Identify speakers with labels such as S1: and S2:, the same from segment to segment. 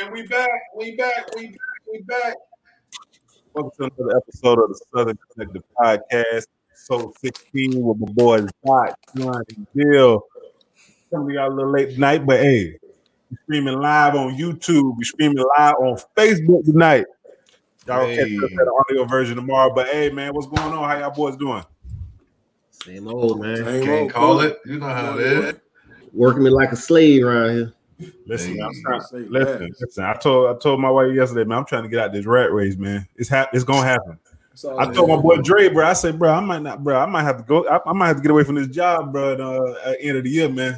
S1: right, we back, we back, we back, we back.
S2: Welcome to another episode of the Southern Connective Podcast, Soul 16 with my boys Dot, John, and Bill. Some of y'all a little late tonight, but hey, we streaming live on YouTube. We streaming live on Facebook tonight. Y'all hey. catch us at the audio version tomorrow. But hey, man, what's going on? How y'all boys doing?
S3: Same old man.
S4: Same Can't old, call it. You know how it is.
S3: Working me like a slave around here.
S2: Listen, hey, I'm trying, listen, listen, listen. I told I told my wife yesterday, man. I'm trying to get out this rat race, man. It's hap- It's gonna happen. I told is. my boy Dre, bro. I said, bro, I might not, bro. I might have to go. I, I might have to get away from this job, bro. At, uh, at the end of the year, man.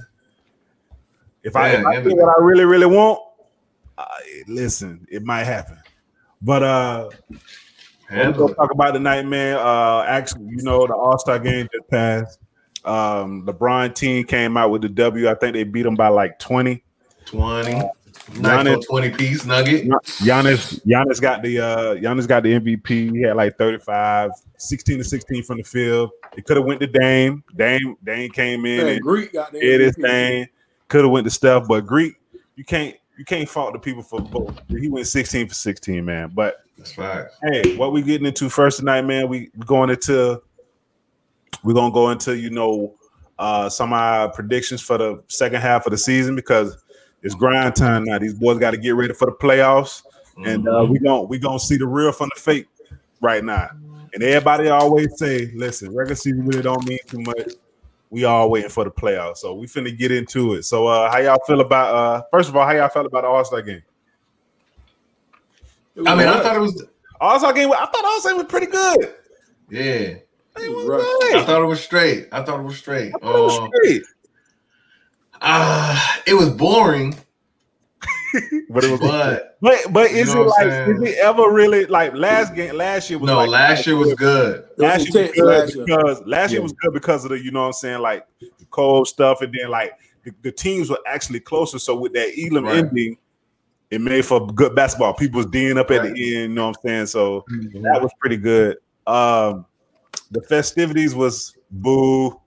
S2: If man, I, if I do what I really, really want, uh, listen, it might happen. But uh, we're gonna talk about tonight, man. Uh, actually, you know, the All Star game just passed. Um, LeBron team came out with the W. I think they beat them by like twenty.
S4: 20. Uh, Giannis, 20 piece nugget.
S2: Giannis, Giannis got the uh Giannis got the MVP. He had like 35, 16 to 16 from the field. It could have went to Dame. Dame Dame came in. Man, Greek got the it is Dame. Could have went to Steph, but Greek, you can't you can't fault the people for both. He went 16 for 16, man. But
S4: that's right.
S2: Hey, what we getting into first tonight, man? We we going into we're gonna go into, you know, uh some of our predictions for the second half of the season because it's grind time now. These boys got to get ready for the playoffs,
S4: Mm-hmm.
S2: and uh, we going we gonna see the real from the fake right now. And everybody always say, "Listen, regular season really don't mean too much. We all waiting for the playoffs, so we finna get into it." So, uh, how y'all feel about? Uh, first of all, how y'all felt about the All Star game?
S4: I mean, I thought it was
S2: All Star game. I thought All Star was pretty good.
S4: Yeah, right. I thought it was straight. I thought it was straight.
S2: I thought it was straight.
S4: Uh, it was boring.
S2: but it was but but, but is it like is it ever really like last game last year was
S4: no
S2: like,
S4: last year was good.
S2: Last year was good because last year was good because of the you know what I'm saying like the cold stuff and then like the, the teams were actually closer. So with that Elam right. ending, it made for good basketball. People was D'ing up at right. the end, you know what I'm saying? So mm-hmm. that was pretty good. Um the festivities was boo.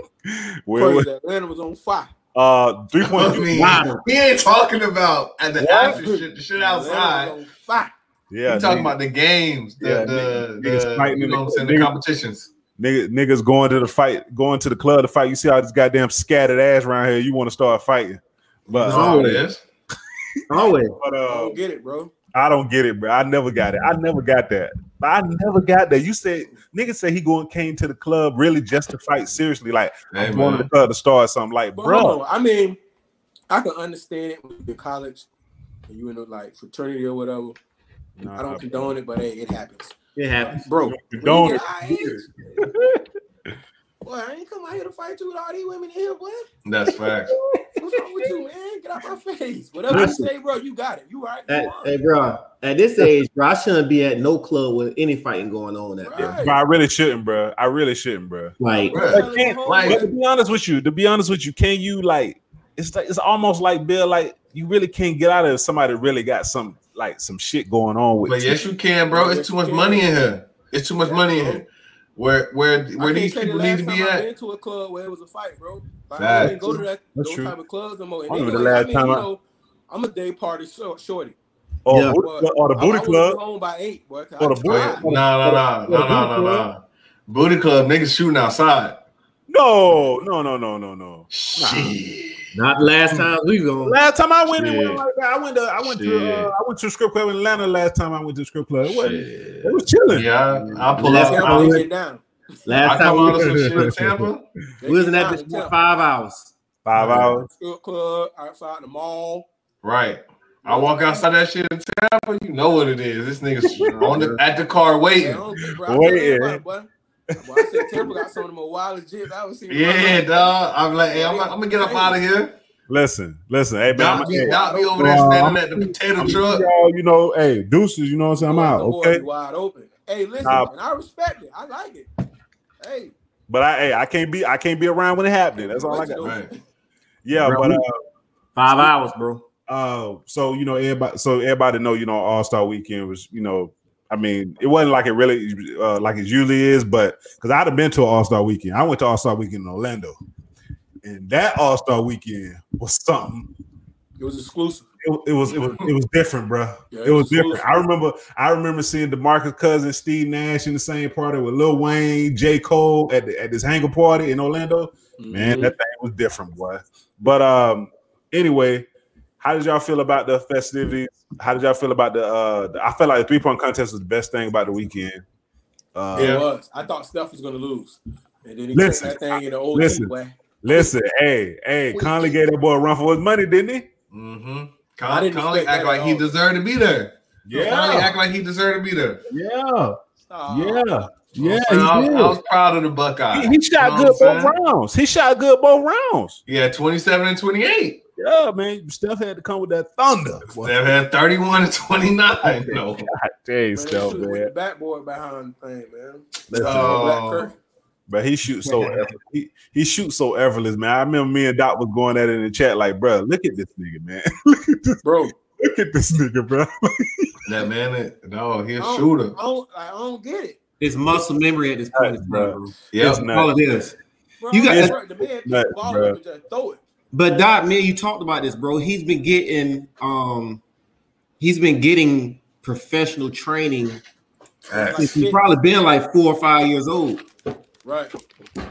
S1: Where was, Atlanta was on fire.
S2: Uh, three point. I mean,
S4: wow. He ain't talking about and the after shit, the shit outside.
S2: Yeah,
S4: he talking nigga. about the games, the yeah, the, niggas, the, you know what I'm saying, the competitions.
S2: Niggas, niggas going to the fight, going to the club to fight. You see all this goddamn scattered ass around here. You want to start fighting, but uh,
S4: always,
S3: always.
S1: But uh, I don't get it, bro.
S2: I don't get it, bro. I never got it. I never got that. I never got that. You said nigga said he going came to the club really just to fight seriously, like hey, I'm going to the club to start something. Like,
S1: but
S2: bro,
S1: I mean, I can understand it with your college and you in a like fraternity or whatever. Nah, I don't condone bro. it, but hey, it happens.
S3: It happens,
S1: bro.
S2: Condone
S1: it. Boy, I ain't come out here to fight you with all these women in here, boy.
S4: That's facts.
S1: What's wrong with you, man? Get out my face. Whatever Listen, you say, bro, you got it. You right.
S3: At, hey, bro. At this age, bro, I shouldn't be at no club with any fighting going on at right.
S2: Bro, I really shouldn't, bro. I really shouldn't, bro.
S3: Like,
S2: bro. Can't, like, but to be honest with you, to be honest with you, can you like? It's like it's almost like Bill, like you really can't get out of if somebody really got some like some shit going on with.
S4: But
S2: you.
S4: yes, you can, bro. It's too much money in here. It's too much money in here where where where these people need to be
S1: I
S4: at.
S1: Been to a club where it was a fight, bro. Like, I didn't go to that That's those true. type of clubs no more. And I remember anyway, the last I mean, time you know, I... am a day party short, shorty.
S2: Or, yeah. or, or the booty I, club.
S1: I home by eight, boy.
S2: Or the booty.
S4: No, no, no, no, no, no, no. Booty club niggas shooting outside.
S2: No, no, no, no, no, no.
S4: Shit.
S3: Not last time we going.
S2: Last time I went, went like I went to I went Shit. to uh, I went to a strip club in Atlanta. Last time I went to a strip club, it was, it was chilling.
S4: Yeah, I pull last out.
S1: I went, down.
S3: Last
S4: I
S3: time
S4: we some shit in Tampa,
S3: we was in that bitch for five hours.
S2: Five hours.
S1: Strip club outside the mall.
S4: Right. I walk outside that shit in Tampa. You know what it is. This nigga's on the, at the car waiting.
S1: Yeah, bro, waiting. well, I said Temple got some of the more wildest jits I ever seen.
S4: Yeah, dog. I'm like, hey, I'm, I'm, gonna get up out of here.
S2: Listen, listen, hey,
S4: man. Not me, not me over there standing uh, at the potato I'm, truck.
S2: Y'all, you know, hey, deuces, you know what I'm saying? I'm out, okay?
S1: Wide open. Hey, listen, nah, and I respect it. I like it. Hey.
S2: But I, hey, I can't be, I can't be around when it happened. That's all I got. Right. Yeah, bro, but uh,
S3: five hours, bro.
S2: Uh, so you know, everybody, so everybody know, you know, All Star Weekend was, you know, I mean, it wasn't like it really uh, like it usually is, but because I'd have been to All Star Weekend, I went to All Star Weekend in Orlando, and that All Star Weekend was something.
S1: It was exclusive.
S2: it, it, was it was it was different, bro. Yeah, it, it, was, was different. Cool. I remember I remember seeing Demarcus Cousins, Steve Nash in the same party with Lil Wayne, J Cole at the, at this hangar party in Orlando. Mm-hmm. Man, that thing was different, boy. But um, anyway, how did y'all feel about the festivities? How did y'all feel about the? uh the, I felt like the three point contest was the best thing about the weekend.
S1: Uh, yeah, it was. I thought Steph was gonna lose, and then he listen, that thing I, in the old
S2: listen, way. Listen, hey, hey, Conley gave that boy a run for his money, didn't he?
S4: Mm-hmm. Con- Conley act like he deserved to be there. Yeah, Conley act like he deserved to be there.
S2: Yeah, Aww. yeah. Yeah,
S4: so Uh, I, I, was proud of the Buckeye.
S2: He, he shot you know good both rounds. He shot good both rounds.
S4: Yeah, 27 and 28.
S2: Yeah, man. Steph had to come with that thunder.
S4: Steph had 31 and 29. Oh, no.
S2: God dang, Steph, man. man.
S1: The backboard behind thing, man.
S4: Oh,
S2: Uh, but he shoots so he, he shoots so effortless, man. I remember me and Doc was going at it in the chat, like, bro, look at this nigga, man. look at this
S1: bro.
S2: Look at this nigga, bro.
S4: that man, it, no, he's a shooter.
S1: I don't, I don't get it.
S3: It's muscle memory at this point,
S2: nuts, bro. Yeah, that's all
S3: it is.
S1: Bro, you got bro, the man nuts, ball bro. Just throw it.
S3: But Doc, man, you talked about this, bro. He's been getting, um, he's been getting professional training. Like he's shit. probably been like four or five years old.
S1: Right.
S4: Right.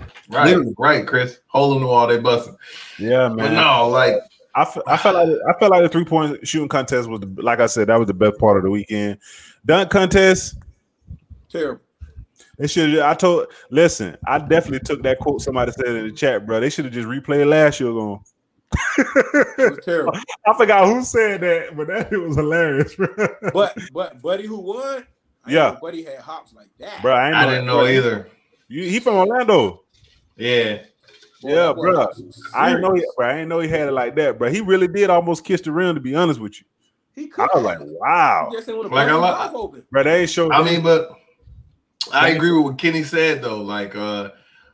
S4: Literally. Right, Chris. Holding the wall, they busting.
S2: Yeah, man.
S4: But no, like
S2: I, f- I felt like I felt like the three point shooting contest was the, like I said that was the best part of the weekend. Dunk contest,
S1: terrible.
S2: They should. I told. Listen, I definitely took that quote somebody said in the chat, bro. They should have just replayed last year. Going.
S1: terrible.
S2: I forgot who said that, but that it was hilarious, bro.
S1: But but buddy who won?
S2: I yeah,
S1: buddy had hops like that,
S2: bro. I,
S4: I didn't know
S2: bro.
S4: either.
S2: You, he from Orlando.
S4: Yeah.
S2: Boy, yeah, boy, bro. I didn't know. He, bro, I didn't know he had it like that, bro. He really did almost kiss the rim. To be honest with you,
S1: he
S2: could. I was like, wow.
S4: Like a lot,
S2: bro. They ain't showed.
S4: I mean, but. I agree with what Kenny said though. Like, uh,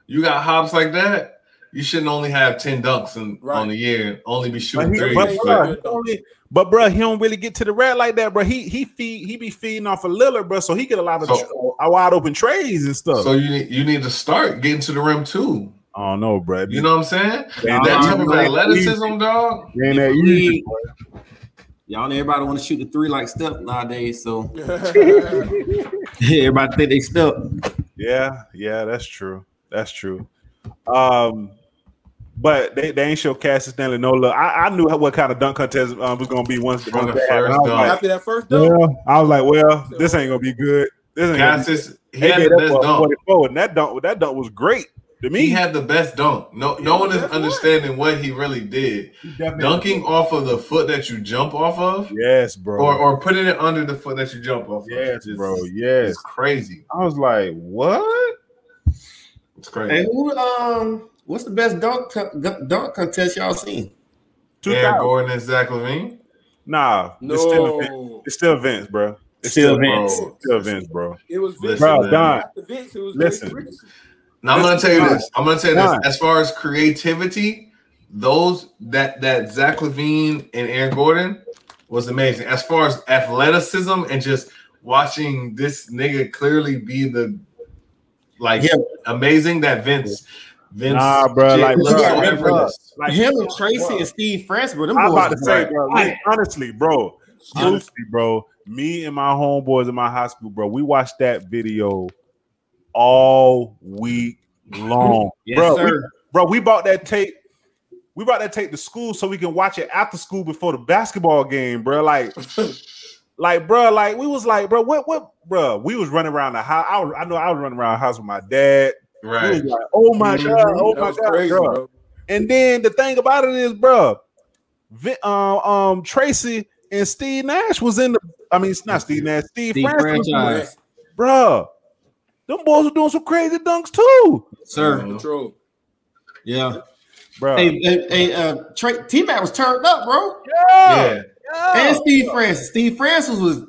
S4: you got hops like that, you shouldn't only have ten dunks in, right. on the year and only be shooting
S2: but
S4: he,
S2: threes. But, but, but bro, he don't really get to the red like that, bro. He he feed he be feeding off of Lillard, bro. So he get a lot of so, tra- wide open trades and stuff.
S4: So you need, you need to start getting to the rim too.
S2: I don't know, bro.
S4: You know what I'm saying?
S2: Uh-huh.
S4: Man, that type of athleticism, easy. dog.
S2: Man, that easy,
S3: Y'all know everybody want to shoot the three like Steph nowadays, so everybody think they Steph.
S2: Yeah, yeah, that's true. That's true. Um, but they, they ain't show Cassius Stanley no love. I, I knew what kind of dunk contest um, was gonna be once
S1: the first like, after that first
S2: dunk. Well, I was like, well, this ain't gonna be good. This ain't
S4: Cassius be good. he had the best
S2: dunk. And that dunk that dunk was great. To me,
S4: he had the best dunk. No, no one is understanding what he really did. He Dunking off of the foot that you jump off of.
S2: Yes, bro.
S4: Or, or putting it under the foot that you jump off.
S2: Yes,
S4: of.
S2: bro. Yes,
S4: it's crazy.
S2: I was like, what?
S4: It's crazy. Hey,
S3: who, um, what's the best dunk co- dunk contest y'all seen?
S4: Aaron Gordon and Zach Levine.
S2: Nah, no. it's still Vince, it's still Vince bro.
S3: It's still, still Vince.
S2: Bro. Still Vince, bro.
S1: It was
S2: Vince. Bro, Don.
S1: Vince,
S2: it was listen. Vince
S4: now I'm gonna tell you this. I'm gonna tell you this. As far as creativity, those that that Zach Levine and Aaron Gordon was amazing. As far as athleticism and just watching this nigga clearly be the like yeah. amazing that Vince. Vince,
S2: nah, bro, J- like, bro, like,
S3: bro, like him and Tracy bro. and Steve France, bro. Them
S2: I'm about
S3: to
S2: say, bro, like, honestly, bro, honestly, bro, me and my homeboys in my high school, bro, we watched that video all week long.
S3: yes,
S2: bro,
S3: sir.
S2: We, bro, we bought that tape. We brought that tape to school so we can watch it after school before the basketball game, bro. Like, like, bro, like we was like, bro, what, what, bro? We was running around the house. I, was, I know I was running around the house with my dad.
S4: Right.
S2: We like, oh my mm-hmm. god, oh that my god, crazy, bro. bro. And then the thing about it is, bro, um, um, Tracy and Steve Nash was in the. I mean, it's not Steve Nash, Steve, Steve Francis, franchise. bro. Them boys are doing some crazy dunks too,
S3: sir.
S1: Control.
S3: Yeah,
S2: bro.
S3: Hey, hey, hey uh, Tra- T Mac was turned up, bro.
S2: Yeah.
S3: yeah. And Steve yeah. Francis. Steve Francis was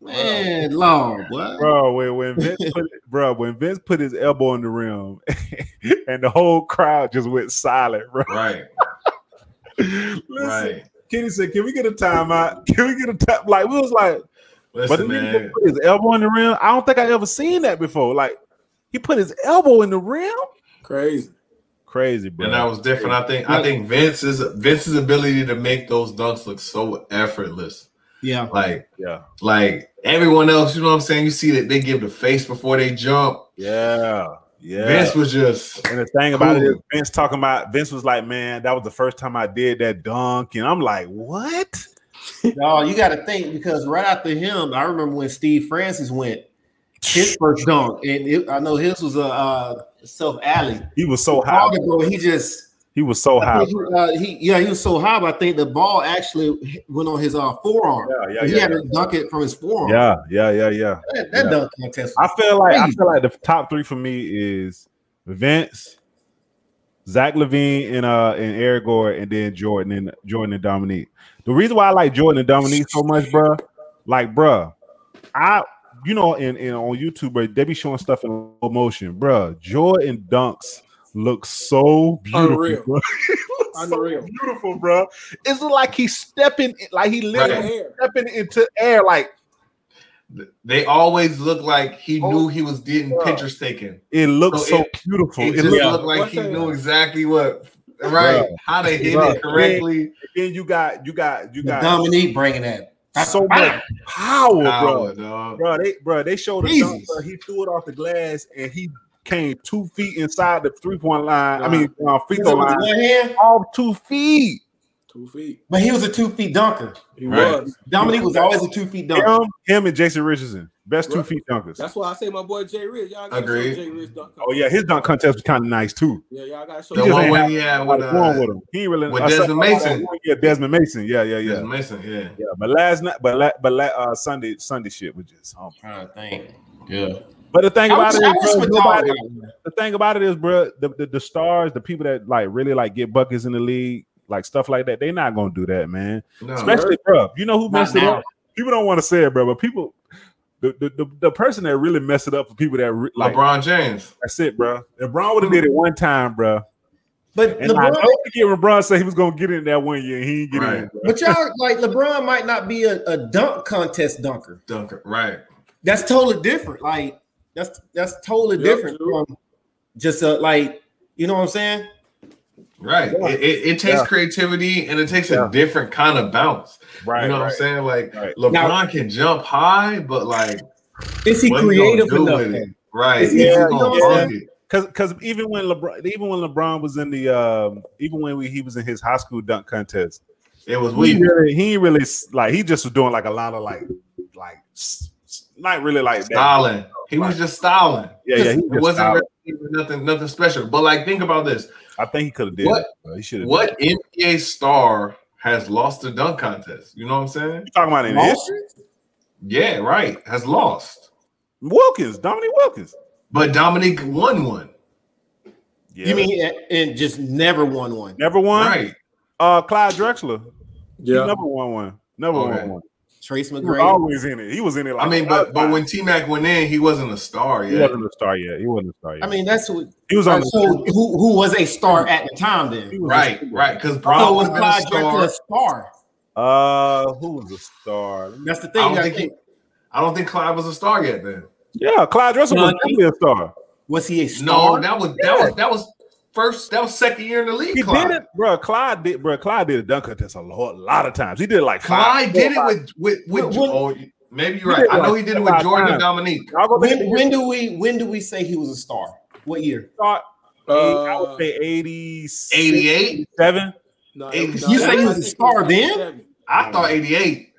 S3: man, bro. long,
S2: boy. Bro, when, when Vince put, bro, when Vince put his elbow in the rim, and the whole crowd just went silent, bro.
S4: Right.
S2: Listen, right. Kenny said, "Can we get a timeout? Can we get a time?" Like we was like. Listen, but the man. nigga put his elbow in the rim. I don't think I ever seen that before. Like he put his elbow in the rim.
S1: Crazy.
S2: crazy, bro.
S4: And that was different. I think I think Vince's Vince's ability to make those dunks look so effortless.
S3: Yeah.
S4: Like
S2: yeah,
S4: like everyone else, you know what I'm saying? You see that they give the face before they jump.
S2: Yeah. Yeah.
S4: Vince was just
S2: and the thing about cool. it is Vince talking about Vince was like, man, that was the first time I did that dunk, and I'm like, what?
S3: no, you got to think because right after him, I remember when Steve Francis went his first dunk, and it, I know his was a uh, self alley.
S2: He was so high,
S3: bro. He just
S2: he was so
S3: I
S2: high.
S3: He, uh, he, yeah, he was so high. But I think the ball actually went on his uh, forearm.
S2: Yeah, yeah,
S3: he
S2: yeah,
S3: had
S2: yeah.
S3: to dunk it from his forearm.
S2: Yeah, yeah, yeah, yeah.
S3: That, that
S2: yeah.
S3: dunk contest.
S2: I feel like I feel like the top three for me is Vince, Zach Levine, and uh and Eric Gore, and then Jordan and Jordan and Dominique. The reason why I like Jordan and Dominique so much, bruh, like bruh, I you know, and, and on YouTube, bro, they be showing stuff in low motion, bruh. Jordan dunks look so beautiful.
S1: Unreal.
S2: bruh.
S1: Unreal.
S2: So beautiful, bro. It's like he's stepping, like he
S1: Right.
S2: literally stepping into air, like
S4: they always look like he
S2: Oh,
S4: knew he was getting
S2: yeah.
S4: pictures taken.
S2: it looks
S4: So
S2: so beautiful.
S4: It
S2: It
S4: just
S2: looks-
S5: Yeah.
S4: looked like
S1: What's
S4: he
S1: that?
S4: knew exactly what right
S2: Bruh.
S4: how they hit
S2: Bruh.
S4: it correctly.
S2: then you got you got you got
S3: Dominique bringing that.
S2: so much power, bro.
S4: Power, dog.
S2: Bro, they bro, they showed a dunk,
S3: Jesus.
S2: bro. He threw it off the glass and he came two feet inside the three point line. I mean, uh, free
S3: With
S2: throw
S3: the
S2: line,
S3: one hand,
S2: off two feet.
S1: Two feet.
S3: but he was a two feet dunker.
S1: He
S4: Right.
S1: was.
S3: Dominique was always a two feet dunker.
S2: Him, him and Jason Richardson, best two
S1: Right.
S2: feet dunkers.
S1: That's why I say my boy Jay Rich. Y'all gotta
S4: Agreed.
S1: show Jay Rich dunk.
S2: Oh yeah, his dunk contest was kind of nice too.
S1: Yeah, y'all gotta show
S4: The
S2: just
S1: Jay
S4: one
S2: ain't
S4: when he had with,
S2: Like, going
S4: uh,
S2: with him. He ain't really
S4: with
S2: I said- oh,
S4: Desmond Mason.
S2: Yeah, Desmond Mason. Yeah, yeah, yeah.
S4: yeah. Mason, yeah.
S2: Yeah, but last night, but la, but la, uh, Sunday, Sunday shit was just humble.
S3: Trying to think. Yeah.
S2: But the thing
S3: I
S2: about
S3: was,
S2: it
S3: I
S2: is,
S3: was
S2: bro,
S3: with
S2: nobody,
S3: Dominique.
S2: the thing about it is, bro, the, the the stars, the people that like really like get buckets in the league, like stuff like that, they not gonna do that, man.
S4: No.
S2: Especially, bro, you know who
S3: Not
S2: messed it
S3: now.
S2: up? People don't want to say it, bro, but people, the the, the, the person that really messed it up for people that re- like
S4: LeBron James.
S2: that's it, bro. If Braun would have did it one time, bro,
S3: But
S2: and I
S3: LeBron,
S2: don't forget when Braun said he was gonna get in that one year, and he didn't get in.
S4: Right.
S2: bro.
S3: but y'all like LeBron might not be a, a dunk contest dunker.
S4: Dunker. Right.
S3: That's totally different. Like that's that's totally
S1: Yep,
S3: different
S1: true.
S3: from just uh like you know what I'm saying.
S4: Right.
S2: Yeah.
S4: It, it, it takes
S2: Yeah.
S4: creativity and it takes
S2: Yeah.
S4: a different kind of bounce.
S2: Right,
S4: you know what
S2: right.
S4: I'm saying? Like
S2: Right.
S4: LeBron
S3: Now-
S4: can jump high, but like
S3: Is he
S4: what you gonna
S3: creative
S4: do
S3: enough?
S4: with
S3: man?
S4: it? Right.
S3: Is
S4: Yeah,
S3: he-
S2: Yeah,
S4: you gonna
S2: yeah.
S4: funk it.
S2: Cause, cause even when LeBron, even when LeBron was in the, um, even when we, he was in his high school dunk contest,
S4: It was
S2: he
S4: weak.
S2: really, he ain't really s- like he just was doing like a lot of like, like s- s- not really like that.
S4: Styling. He was just styling.
S2: Yeah, yeah. He
S4: It
S2: just
S4: wasn't
S2: styled.
S4: really nothing, nothing special. But like, think about this:
S2: I think he could have did.
S4: What-
S2: It, bro. He should have.
S4: what NBA star has lost the dunk contest? You know what I'm saying?
S2: you talking about in
S3: Lost?
S2: history?
S4: Yeah, right. Has lost,
S2: Wilkins, Dominique Wilkins.
S4: but Dominique won one.
S2: Yeah.
S3: You mean and- and just never won one?
S2: never won?
S4: Right.
S2: Uh, Clyde Drexler. He
S1: Yeah.
S2: never won one. Never
S4: Okay.
S2: won one.
S3: Trace
S2: He was
S3: McGrady.
S2: always in it. He was in it. Like
S4: I mean, but but when T Mac went in, he wasn't a star
S2: he
S4: yet.
S2: wasn't a star yet, he wasn't a star yet.
S3: I mean, that's what.
S2: he was
S3: So
S2: on.
S3: who who was a star at the time
S2: he
S3: then?
S2: was a
S4: Right,
S2: star.
S4: right. Because
S3: So
S4: Brown
S3: was
S4: was
S3: Clyde
S4: a star.
S3: Drexler a star?
S2: Uh, who was a star? Let me-
S3: That's the
S4: I
S3: thing.
S4: don't
S3: I
S4: think he-
S3: think,
S4: I don't think Clyde was a star yet then.
S2: Yeah, Clyde Drexler was
S3: Nah,
S2: definitely a star.
S3: was he a
S4: No,
S3: star?
S4: that was that was that was first. That was second year in the league.
S2: He
S4: Clyde.
S2: did it, bro. Clyde did, bro. Clyde did a dunk contest a lot, lot of times. He did it like five.
S4: Clybe did it with with with.
S3: When-
S4: oh, maybe you're
S2: He
S4: right.
S2: did
S4: I know
S2: like
S4: he did it
S2: five
S4: with Jordan and
S2: times.
S4: Dominique.
S2: I'll go back
S3: When,
S2: and
S3: when do we when do we say he was a star? What year?
S2: start.
S1: Uh,
S2: I would say 86,
S4: 88.
S2: 87.
S1: no,
S4: You
S1: no,
S4: say
S1: I
S4: he
S3: was a
S1: think
S3: star
S1: was
S3: then?
S1: 87.
S4: I thought 88.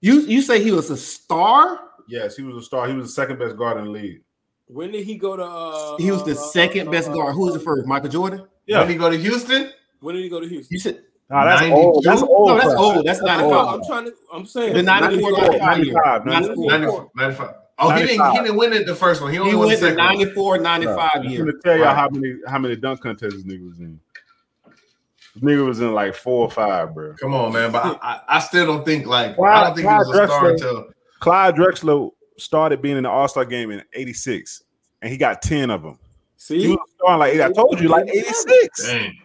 S3: You you say he was a star?
S2: Yes, he was a star. He was the second best guard in the league.
S1: When did he go to? Uh,
S3: He was the
S1: uh,
S3: second
S1: uh,
S3: best
S1: uh,
S3: guard. Who was the first? Michael Jordan.
S2: Yeah.
S4: When he go to Houston,
S1: When did he go to Houston?
S3: You said
S2: Nah, that's
S4: 92.
S2: old. That's old.
S3: no, that's
S2: Clyde.
S3: old. That's
S1: I
S3: ninety
S1: know,
S3: five.
S1: I'm trying to. I'm saying
S3: The 94, 95 year.
S2: 95,
S3: 94.
S4: 94, 95. Oh, he didn't, he didn't win it the first one. He only
S3: He
S4: won the
S3: went the
S4: second one.
S3: 94, 95
S2: I'm
S3: year.
S2: gonna tell y'all
S4: Right.
S2: how many how many dunk contests this nigga was in. This nigga was in like four or five, bro.
S4: Come on, man. But I, I, I still don't think, like,
S2: Why-
S4: I don't think he
S2: why
S4: was a star
S2: Drexler?
S4: until.
S2: Clyde Drexler started being in the All Star game in '86, and he got ten of them. He
S1: See,
S2: was a star like I told you, like '86.
S4: Dang.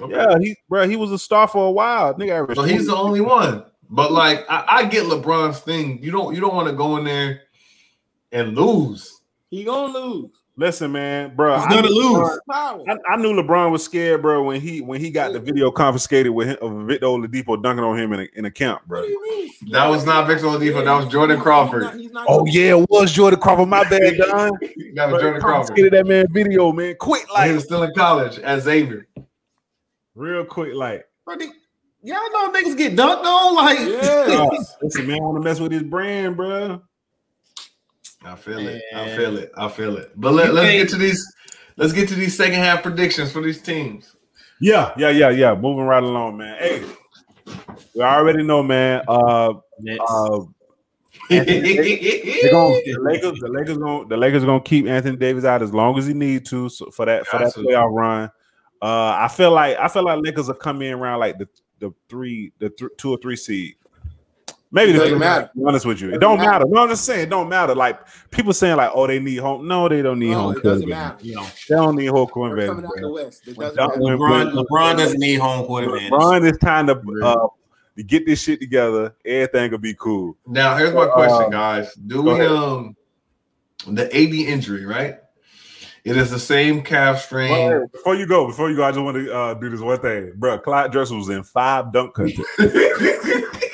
S4: Okay.
S2: Yeah, he bro, he was a star for a while. Nigga averaged.
S4: So
S2: 20.
S4: he's the only one. But like I, I get LeBron's thing. You don't you don't want to go in there and lose.
S1: he gonna lose.
S2: Listen, man, bro. I knew, LeBron, I, I knew, LeBron, was scared, bro, when he when he got the video confiscated with him, of Victor Oladipo dunking on him in a, in a camp, bro.
S4: That was not Victor Oladipo. That was Jordan Crawford. He's not, he's
S2: not oh yeah, it was Jordan Crawford. My bad, Don. that was Jordan Crawford. Get that man video, man. Quick, like
S4: he was still in college at Xavier.
S2: Real quick, like.
S3: Bro, they, y'all know niggas get dunked on, like.
S2: Yeah. Listen, man, I want to mess with his brand, bro.
S4: I feel man. it. I feel it. I feel it. But let, us get to these. Let's get to these second half predictions for these teams.
S2: Yeah, yeah, yeah, yeah. Moving right along, man. Hey, we already know, man. Uh, uh Anthony, gonna, the Lakers, the Lakers, gonna, the Lakers gonna keep Anthony Davis out as long as he need to so for that for that playoff run. Uh, I feel like I feel like Lakers are coming around like the the three, the th- two or three seed. Maybe it doesn't matter. Be honest with you, it, it don't matter. matter. No, I'm just saying it don't matter. Like people saying like, oh, they need home. No, they don't need no, home. It doesn't matter. You know, they don't need home court advantage.
S3: LeBron, LeBron doesn't need home court advantage.
S2: LeBron is time to uh, to get this shit together. Everything will be cool.
S4: Now, here's my question, guys. Do we um the AD injury right? It is the same calf strain. Well,
S2: before you go, before you go, I just want to uh, do this one thing, bro. Clyde Dressel was in five dunk contests.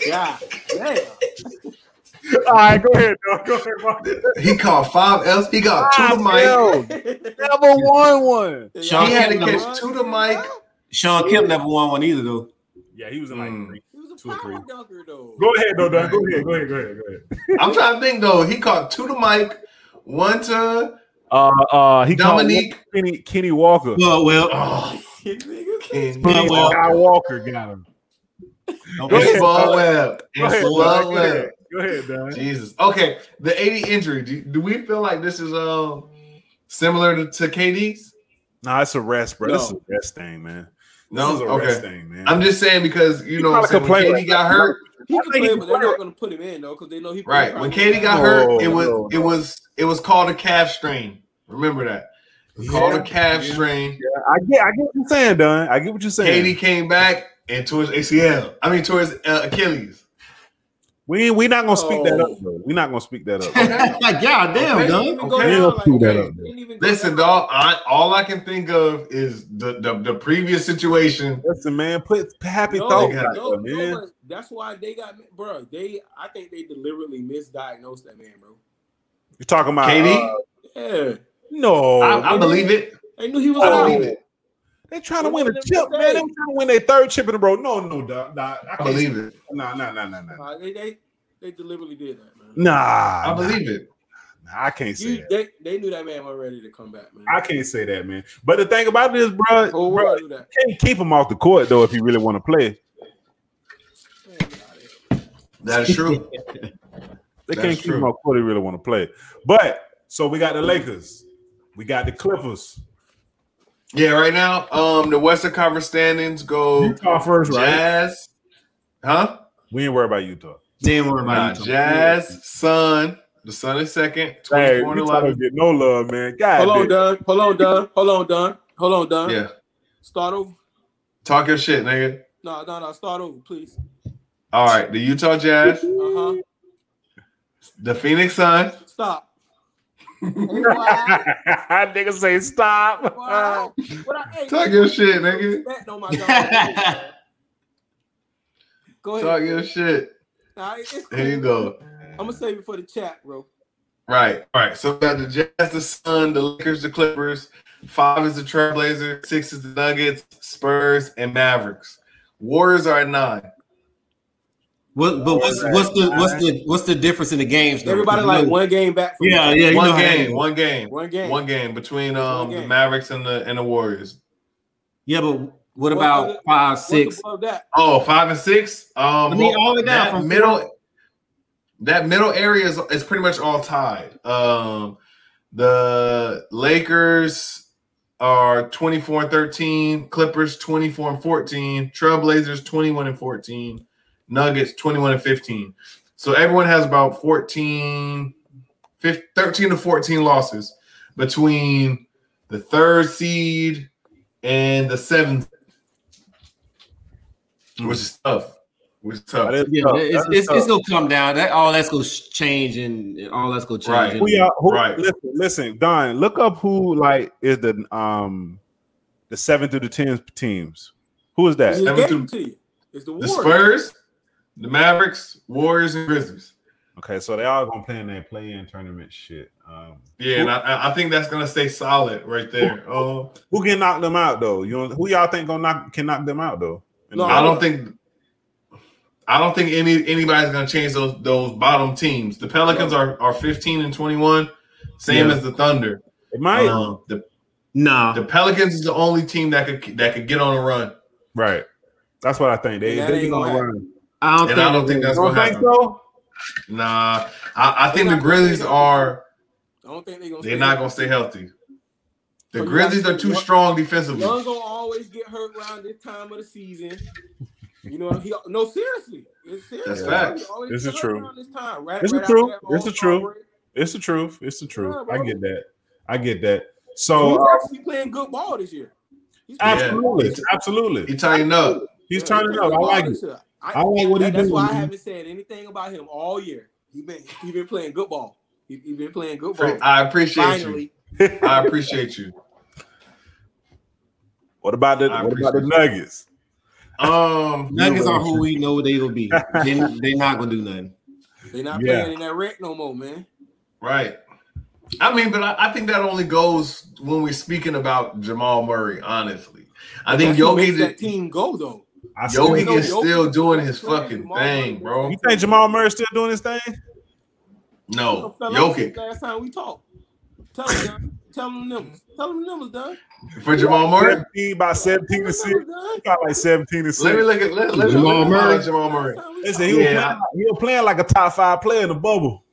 S2: yeah, yeah. All right, go ahead, dog. Go ahead, Mark.
S4: He caught five L's. He got five two to Mike.
S2: never won one.
S4: Sean he had Kim to catch won. two to Mike.
S3: Sean yeah. Kemp never won one either, though.
S2: Yeah, he was in like mm. three. He was a two or three. Dunker, though. Go ahead, though, Don. Go ahead, go ahead, go ahead, go ahead.
S4: I'm trying to think though. He caught two to Mike, one to
S2: uh, uh, he Dominique called Kenny, Kenny Walker.
S3: Well, well, oh.
S2: Kenny, well. Guy Walker got him.
S3: Oh,
S4: Go it's ball web. It's ball web.
S2: Go ahead, Don.
S4: Jesus. Okay, the 80 injury. Do, do we feel like this is um uh, similar to, to KD's?
S2: Nah, it's a rest, bro. No. This is a rest thing, man.
S4: No, this is a okay. rest thing, man. I'm just saying because you he know saying, when KD like, got hurt.
S1: He can play, but they're not going to put him in though because they know he.
S4: Right when KD got hurt, it was it was it was called a calf strain. Remember that. Yeah, called a calf yeah. strain.
S2: Yeah, I get, I get what you're saying, Don. I get what you're saying.
S4: Katie came back and towards ACL. I mean, towards uh, Achilles.
S2: We we not gonna speak oh. that up. Bro. We not gonna speak that up.
S3: like God damn, okay, Don. Okay. Down, like,
S4: speak that up. Listen, dog. I, all I can think of is the the, the previous situation.
S2: Listen, man. Put happy no, thoughts, no,
S1: no, man. that's why they got, bro. They, I think they deliberately misdiagnosed that man, bro.
S2: You talking about
S4: Katie?
S2: Uh, yeah. No,
S4: I, I believe it.
S1: They knew he
S4: Oh,
S1: was. I out. believe it.
S2: They trying to win a chip, man. They trying to win their third chip in a row. No, no, nah, nah I,
S4: I believe it.
S2: Nah, nah, nah, nah, nah.
S1: They, they, they deliberately did that, man.
S2: Nah,
S4: I believe nah. it.
S2: Nah, I can't say
S1: you, They, they knew that man was ready to come back, man.
S2: I can't say that, man. But the thing about it is, bro, oh, bro can't keep him off the court though if you really want to play.
S4: That is true.
S2: They That's can't keep true. him up they really want to play. But so we got the Lakers, we got the Clippers.
S4: Yeah, right now, um, the Western Conference standings go
S2: Utah first,
S4: Jazz, right? huh?
S2: We ain't worry about Utah.
S3: Didn't worry about
S4: nah, Utah. Jazz, Sun, the Sun is second.
S2: Hey, Utah get no love, man. God,
S1: hold on, Doug. Hold on, Doug. Hold on, Doug. Hold on, Doug.
S4: Yeah.
S1: Start over.
S4: Talk your shit, nigga.
S1: No, no, no. Start over, please. Uh-huh.
S4: All right, the Utah Jazz. uh huh. The Phoenix Sun.
S1: Stop.
S2: nigga say stop. Boy,
S4: I, I Talk your shit, nigga.
S1: go
S4: ahead. Talk your shit.
S1: Right, cool.
S4: There you go.
S1: I'm gonna save it for the chat, bro.
S4: Right, all right. So we got the Jazz, the Sun, the Lakers, the Clippers. Five is the Trailblazers. Six is the Nuggets, Spurs, and Mavericks. Warriors are at nine.
S3: What, but what's what's the what's the what's the difference in the games? Though?
S1: Everybody like know, one game back.
S3: From yeah, yeah.
S4: One game, one game, one game, one game between um game. the Mavericks and the and the Warriors.
S3: Yeah, but what about what, five, six?
S4: Oh, five and six. Um, I mean, all the that from middle, four. that middle area is, is pretty much all tied. Um, the Lakers are 24 and 13, Clippers 24 and 14, Trailblazers 21 and 14. Nuggets 21 and 15. So everyone has about 14, 15, 13 to 14 losses between the third seed and the seventh, which is tough. It's tough.
S3: Yeah, tough. It's, it's, tough. it's, gonna come down. That all that's gonna change and all that's gonna change.
S2: Right.
S3: Who
S2: y'all, who, right. Listen, listen, Don. Look up who like is the um the seven through the ten teams. Who is that?
S1: Seven through
S4: it's the, the Spurs, the Mavericks, Warriors, and Grizzlies.
S2: Okay, so they all gonna play in that play-in tournament shit. Um,
S4: yeah, who, and I, I, think that's gonna stay solid right there. Who, oh,
S2: who can knock them out though? You know, who y'all think gonna knock can knock them out though?
S4: No, Oh, I don't think I don't think any anybody's gonna change those those bottom teams. The Pelicans are, are 15 and 21, same yeah. as the Thunder.
S2: It might um,
S4: the,
S3: nah.
S4: the Pelicans is the only team that could that could get on a run.
S2: Right. That's what I think. They, they gonna happen. run.
S4: I don't, and think, I don't think that's don't gonna think happen. So? Nah, I, I think the Grizzlies are.
S1: I don't think they gonna
S4: they're not gonna stay healthy. The Grizzlies are too strong defensively.
S1: Young gonna always get hurt around this time of the season. You know, he no seriously. seriously.
S4: That's facts.
S2: This is true. This time, right, it's right the truth. It's the truth. Break. It's the truth. It's the truth. Yeah, I get that. I get that. So uh,
S4: Oh,
S1: he's actually playing good ball this year.
S2: absolutely, absolutely.
S4: He's turning up.
S2: He's turning up. I like it. I, I like what he
S1: that, That's
S2: doing,
S1: why man. I haven't said anything about him all year. He been he been playing good ball. He, he been playing good ball.
S4: I appreciate Finally. you. I appreciate you.
S2: What about the what about the Nuggets?
S4: Um,
S3: Nuggets are who we know they will be. they, they're not gonna do nothing.
S1: They're not yeah. playing in that rent no more, man.
S4: Right. I mean, but I, I, think that only goes when we're speaking about Jamal Murray. Honestly, I but think Yogi
S1: that team go though.
S4: I Yogi is still doing his fucking Jamal thing, bro.
S2: You think Jamal Murray's still doing his thing? Oh,
S4: No, Yogi.
S1: Last time we talked, tell him, tell him numbers, tell him numbers, done.
S4: For Jamal Murray,
S2: 17 by seventeen to six, got like seventeen to six. Let
S4: me look at let, let Jamal Murray. Jamal Murray.
S2: Listen, he, yeah. was playing, he was playing like a top five player in the bubble.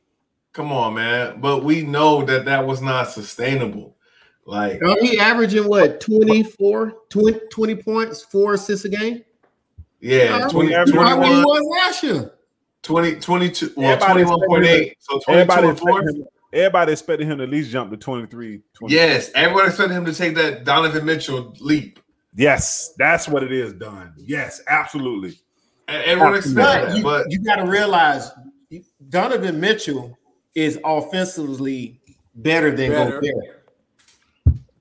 S4: Come on, man. But we know that that was not sustainable. Like,
S3: are he averaging what 24, 20, 20 points, four assists a game?
S4: Yeah, 20,
S3: 20, 21, he was last year.
S4: 20, 22, well, 21.8. So 22
S2: everybody, expected him, everybody expected him to at least jump to 23.
S4: 23. Yes, everyone expected him to take that Donovan Mitchell leap.
S2: Yes, that's what it is, done. Yes, absolutely.
S4: Everyone expected E, that,
S3: you,
S4: but
S3: you got to realize Donovan Mitchell is offensively better than better. Gobert.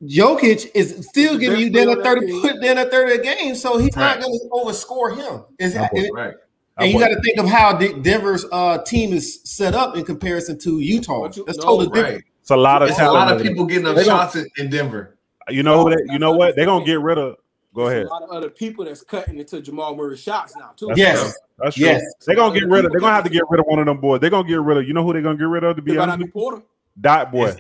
S3: Jokic is still giving you then a 30 put then a 30 a game, so he's right. not going to overscore him. Is that,
S4: it, right.
S3: And I you got to think of how De- Denver's uh, team is set up in comparison to Utah. You, That's no, totally right. different.
S2: It's a lot of
S4: it's a lot of people getting up shots in, in Denver.
S2: You know who? They, you know what? They're gonna get rid of. Go ahead.
S1: There's a lot of other people that's cutting into Jamal Murray shots now too.
S3: That's yes, true.
S2: that's true. Yes. They're gonna get rid of. They're gonna have to get rid of one of them boys. They're gonna get rid of. You know who they're gonna get rid of? To be honest, Dot boy.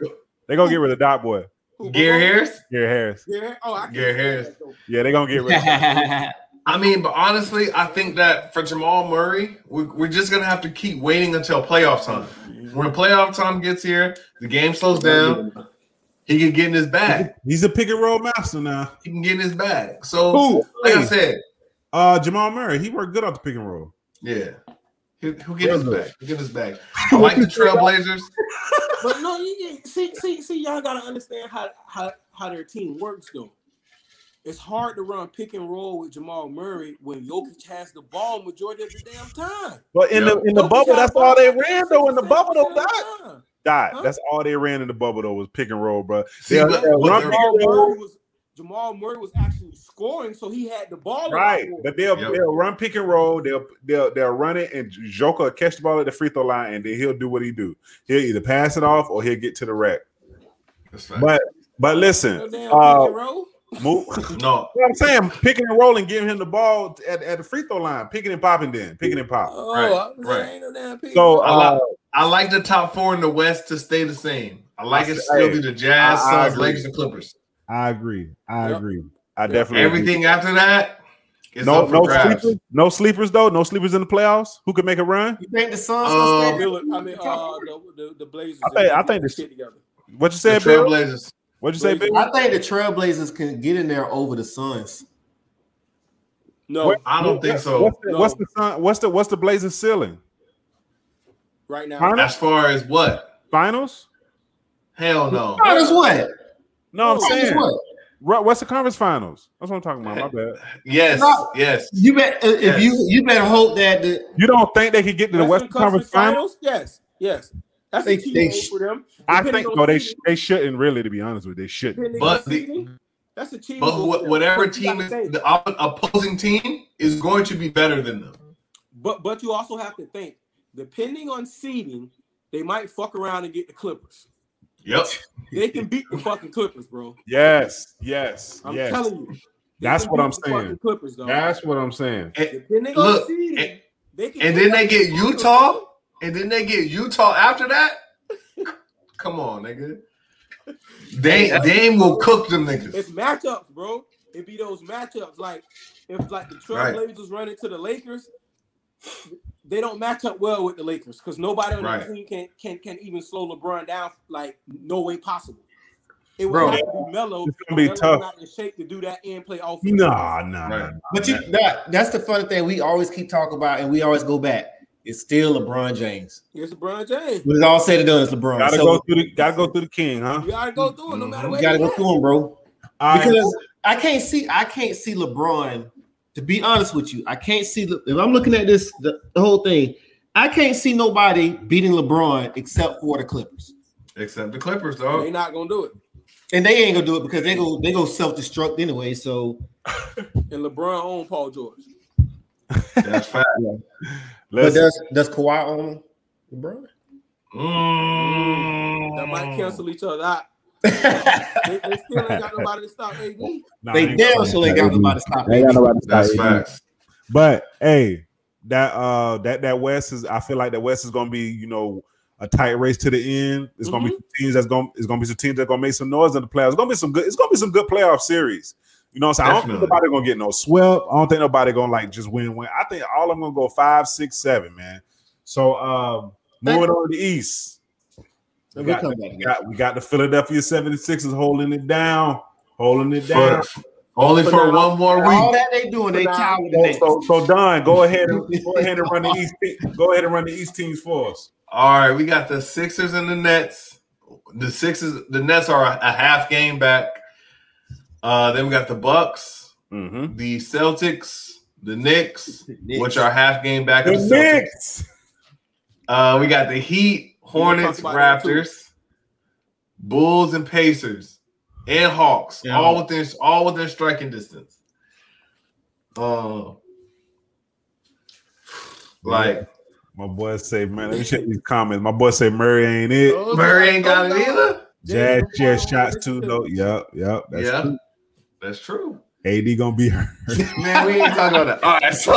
S2: They're gonna get rid of Dot boy.
S4: Gary Harris?
S2: Gary Harris.
S1: Gary, oh, I
S4: Gary Harris.
S2: Yeah, they're gonna get rid of him.
S4: I mean, but honestly, I think that for Jamal Murray, we're, we're just gonna have to keep waiting until playoff time. When playoff time gets here, the game slows down. He can get in his bag.
S2: He's a pick and roll master now.
S4: He can get in his bag. So, Ooh, like hey. I said,
S2: uh, Jamal Murray, he worked good off the pick and roll.
S4: Yeah. He'll, he'll get his back. He'll get his back. I like the Trailblazers.
S1: but no, you, see, see, see, y'all gotta understand how how how their team works though. It's hard to run pick and roll with Jamal Murray when Jokic has the ball majority of the damn time.
S2: But in yep. the in the Jokic bubble, that's all they ran though. In the bubble though, Dot. Dot. Huh? That's all they ran in the bubble though was pick and roll, bro.
S1: See, yeah, but, but Jamal, Murray was, Jamal Murray was actually scoring, so he had the ball.
S2: Right, the but they'll yep. they'll run pick and roll. They'll they'll they'll run it, and Joker catch the ball at the free throw line, and then he'll do what he do. He'll either pass it off or he'll get to the rack. But but listen,
S1: no uh,
S2: move. no, you know I'm saying picking and rolling, giving him the ball at, at the free throw line, picking and popping, then picking and popping.
S1: Oh, right, right.
S2: No so uh,
S4: I, like, I like the top four in the West to stay the same. I like I it still be the Jazz, I, Suns, Lakers, and Clippers.
S2: I agree. I yep. agree. I yep. definitely
S4: everything
S2: agree.
S4: after that.
S2: no, no sleepers. No sleepers though. No sleepers in the playoffs. Who could make a run?
S3: You think the Suns? Um,
S1: I mean, uh, the, the, the Blazers.
S2: I think. I think the shit together. What you said, Bill?
S4: Blazers.
S2: What you say, Bill?
S3: I think the Trailblazers can get in there over the Suns.
S4: No, what, I don't
S2: what,
S4: think so.
S2: What's the,
S4: no.
S2: what's the sun, what's the what's the Blazers ceiling?
S1: Right now,
S4: finals? as far as what
S2: finals?
S4: Hell no.
S3: Finals what?
S2: No, I'm saying Western Conference Finals. That's what I'm talking about. My bad.
S4: Yes, no, yes.
S3: You bet. Uh, yes. If you you better hope that the,
S2: you don't think they could get to the Western, Western Conference, Conference finals?
S1: finals? Yes, yes. That's they, they sh- for them.
S2: Depending I think no, they sh- they shouldn't really. To be honest with you, they shouldn't.
S4: But the,
S1: that's a team.
S4: But wh- whatever team is the opposing team is going to be better than them.
S1: But but you also have to think, depending on seeding, they might fuck around and get the Clippers.
S4: Yep.
S1: They can beat the fucking Clippers, bro.
S2: Yes, yes.
S1: I'm
S2: yes.
S1: telling you.
S2: That's what I'm saying. Clippers, That's what I'm saying.
S4: And, look, season, and, they and then they get Utah, Clippers. and then they get Utah after that. Come on, nigga. They Dame will cook them niggas.
S1: It's matchups, bro. It be those matchups. Like if like the Trailblazers right. run into the Lakers, they don't match up well with the Lakers because nobody on right. the team can can can even slow LeBron down like no way possible. It would have to be mellow.
S2: It's gonna be Mello tough.
S1: Not in shape to do that and play offense.
S2: Nah, nah.
S3: Right. But you that, that's the fun thing we always keep talking about, and we always go back. It's still LeBron James.
S1: It's LeBron James.
S3: When it's all said and done, it's LeBron.
S2: Gotta so, go through the gotta go through the king, huh?
S1: You gotta go through it no matter
S3: mm-hmm. You gotta go at. through him, bro. All because right. I can't see I can't see LeBron to be honest with you, I can't see if I'm looking at this the, the, whole thing, I can't see nobody beating LeBron except for the Clippers.
S4: Except the Clippers, though.
S1: They're not gonna do it.
S3: And they ain't gonna do it because they go they go self-destruct anyway. So
S1: and LeBron own Paul George.
S4: That's fact.
S3: but does does Kawhi own LeBron?
S4: Mm.
S1: That might cancel each other out. they, they, still ain't got nobody to stop AD. Nah, they
S3: damn still ain't got nobody to stop. They
S2: got nobody to
S4: stop. That's facts.
S2: But hey, that uh that that West is I feel like that West is gonna be, you know, a tight race to the end. It's mm-hmm. gonna be teams that's gonna it's gonna be some teams that's gonna make some noise in the playoffs. It's gonna be some good, it's gonna be some good playoff series. You know what I'm saying? Definitely. I don't think nobody gonna get no swept. I don't think nobody gonna like just win win. I think all of them gonna go five, six, seven, man. So um moving on to the east. We got, the, we, got, we got, the Philadelphia 76ers holding it down, holding it down.
S4: For, only for, for one more week.
S3: All that they doing, they tied with the
S2: so, so Don, go ahead and go ahead and run the East. Go ahead and run the East teams for us.
S4: All right, we got the Sixers and the Nets. The Sixers, the Nets are a, a half game back. Uh, then we got the Bucks,
S2: mm-hmm.
S4: the Celtics, the Knicks, the Knicks, which are half game back. The, of the Knicks. Uh, we got the Heat, Hornets, Raptors, Bulls, and Pacers, and Hawks, yeah. all within all within striking distance. Uh, like
S2: my boy say, man, let me check these comments. My boy say Murray ain't it.
S4: Oh, Murray ain't got it either.
S2: Jazz, jazz shots too low. Yep, yep.
S4: That's yeah, true. that's true.
S2: AD gonna be hurt.
S4: Man, we ain't talking about that. All right, so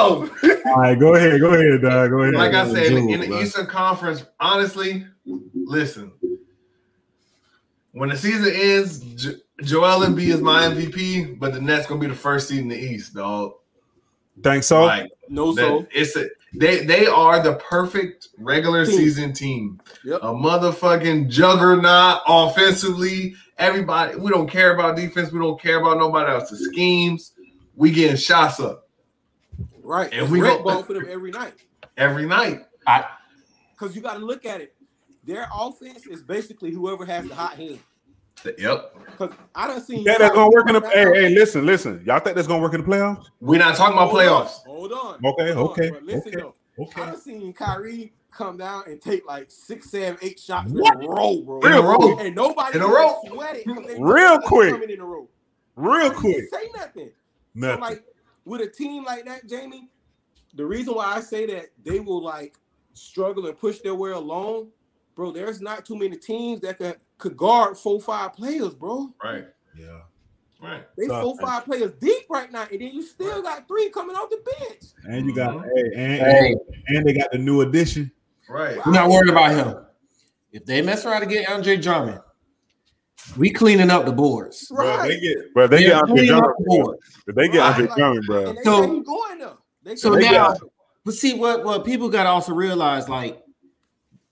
S2: all right, go ahead, go ahead, dog. Go ahead.
S4: Like I said,
S2: go,
S4: in the bro. Eastern Conference, honestly, listen. When the season ends, jo- Joel Embiid is my MVP, but the Nets gonna be the first seed in the East, dog.
S2: Thanks so.
S4: Like,
S1: no so.
S4: It's a, they they are the perfect regular team. season team.
S1: Yep.
S4: A motherfucking juggernaut offensively. Everybody, we don't care about defense. We don't care about nobody else's schemes. We getting shots up.
S1: Right. And it's we red ball for them every night.
S4: Every night.
S1: Because you got to look at it. Their offense is basically whoever has the hot hand.
S4: Yep.
S1: Because I don't see.
S2: Yeah, that's gonna work in the. Hey, hey, listen, listen. Y'all think that's gonna work in the playoffs?
S4: We're not talking about
S1: hold
S4: playoffs.
S1: On, hold on.
S2: Okay.
S1: Hold
S2: okay.
S1: On, listen
S2: okay.
S1: though. Okay. I've seen Kyrie come down and take like six, seven, eight shots what? in a row, bro.
S4: In a row.
S1: And nobody
S4: in a row.
S1: sweat it.
S2: Real quick.
S1: In a row.
S2: Real quick.
S1: Say nothing.
S2: Nothing.
S1: So, like with a team like that, Jamie, the reason why I say that they will like struggle and push their way along, bro. There's not too many teams that could could guard four five players, bro.
S4: Right.
S2: Yeah.
S4: Right.
S1: They so, four five players deep right now, and then you still right. got three coming off the bench.
S2: And you got
S4: Mm-hmm.
S2: hey, and, hey. and they got the new addition.
S4: Right.
S3: We're not worried about him. If they mess around to get Andre Drummond, we cleaning up the boards.
S1: Right.
S2: Bro, they get bro, they They're get Andre Drummond. The bro. They get right. Andre like, Drummond, bro.
S1: They, so they going up. They
S3: so now, got, but see what what people got to also realize like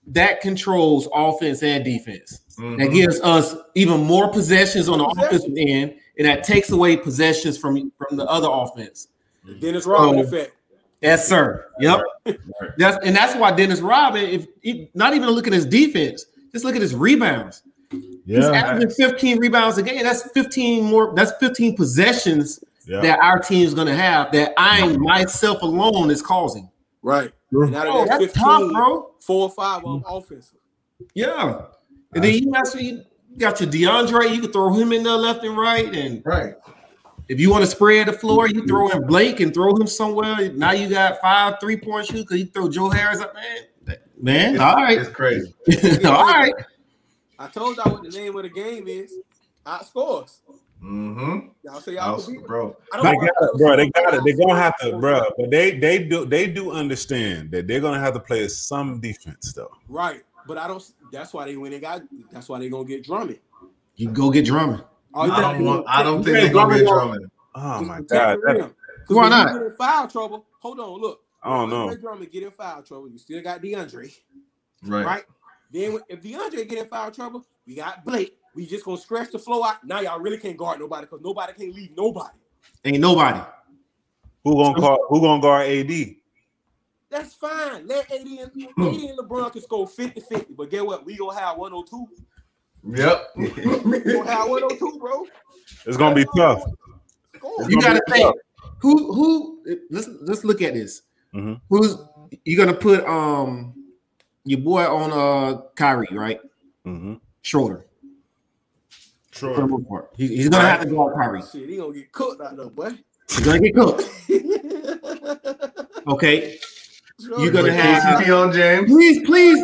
S3: that controls offense and defense. Mm-hmm. That gives us even more possessions on the offensive end, and that takes away possessions from from the other offense.
S1: The Dennis Rodman so, effect.
S3: Yes, sir. Yep. Right. Right. That's and that's why Dennis Rodman, if he, not even look at his defense, just look at his rebounds. Yeah. He's averaging 15 rebounds a game. That's 15 more. That's 15 possessions yeah. that our team's going to have that I myself alone is causing.
S1: Right.
S3: Oh,
S1: Now that 15, top, bro. Four or five on offense.
S3: Yeah. And then you got, you got your DeAndre. You can throw him in there left and right. And
S4: right.
S3: If you want to spread the floor, you throw in Blake and throw him somewhere. Now you got five three point shooters because you throw Joe Harris up, man. Man,
S4: it's,
S3: all right.
S4: It's crazy.
S3: all right.
S1: I told y'all what the name of the game is. Outscores.
S4: Mm-hmm.
S1: Y'all say y'all was,
S4: bro.
S2: I they got
S3: Oh,
S2: it, bro. They got it. They're gonna have to, bro. But they they do they do understand that they're gonna have to play some defense though.
S1: Right. But I don't. That's why they when they got. That's why they gonna get drumming.
S3: You go get drumming.
S4: I don't, want, I don't think they're gonna get drumming.
S2: Oh my god. That,
S1: why not? Get in foul trouble. Hold on. Look.
S2: I don't know.
S1: Drummond get in foul trouble. You still got DeAndre.
S4: Right.
S1: Right. Then if DeAndre get in foul trouble, we got Blake. We just gonna scratch the flow out. Now y'all really can't guard nobody because nobody can leave nobody.
S3: Ain't nobody.
S2: Who gonna guard? Who gonna guard AD?
S1: That's fine. Let AD and, AD and LeBron can score 50-50. But get what? We gonna have 102.
S4: Yep.
S1: we gonna have 102, bro.
S2: It's gonna be tough.
S3: Gonna you gotta think who who let's let's look at this. Mm-hmm. Who's you gonna put um your boy on uh Kyrie, right?
S2: Mm-hmm.
S3: Schroeder.
S2: Schroeder.
S3: He, he's gonna have to go on Kyrie.
S1: Shit, he gonna get cooked out there, boy.
S3: He's gonna get cooked. okay. Schroeder. You're gonna have
S4: Dion James.
S3: Please, please.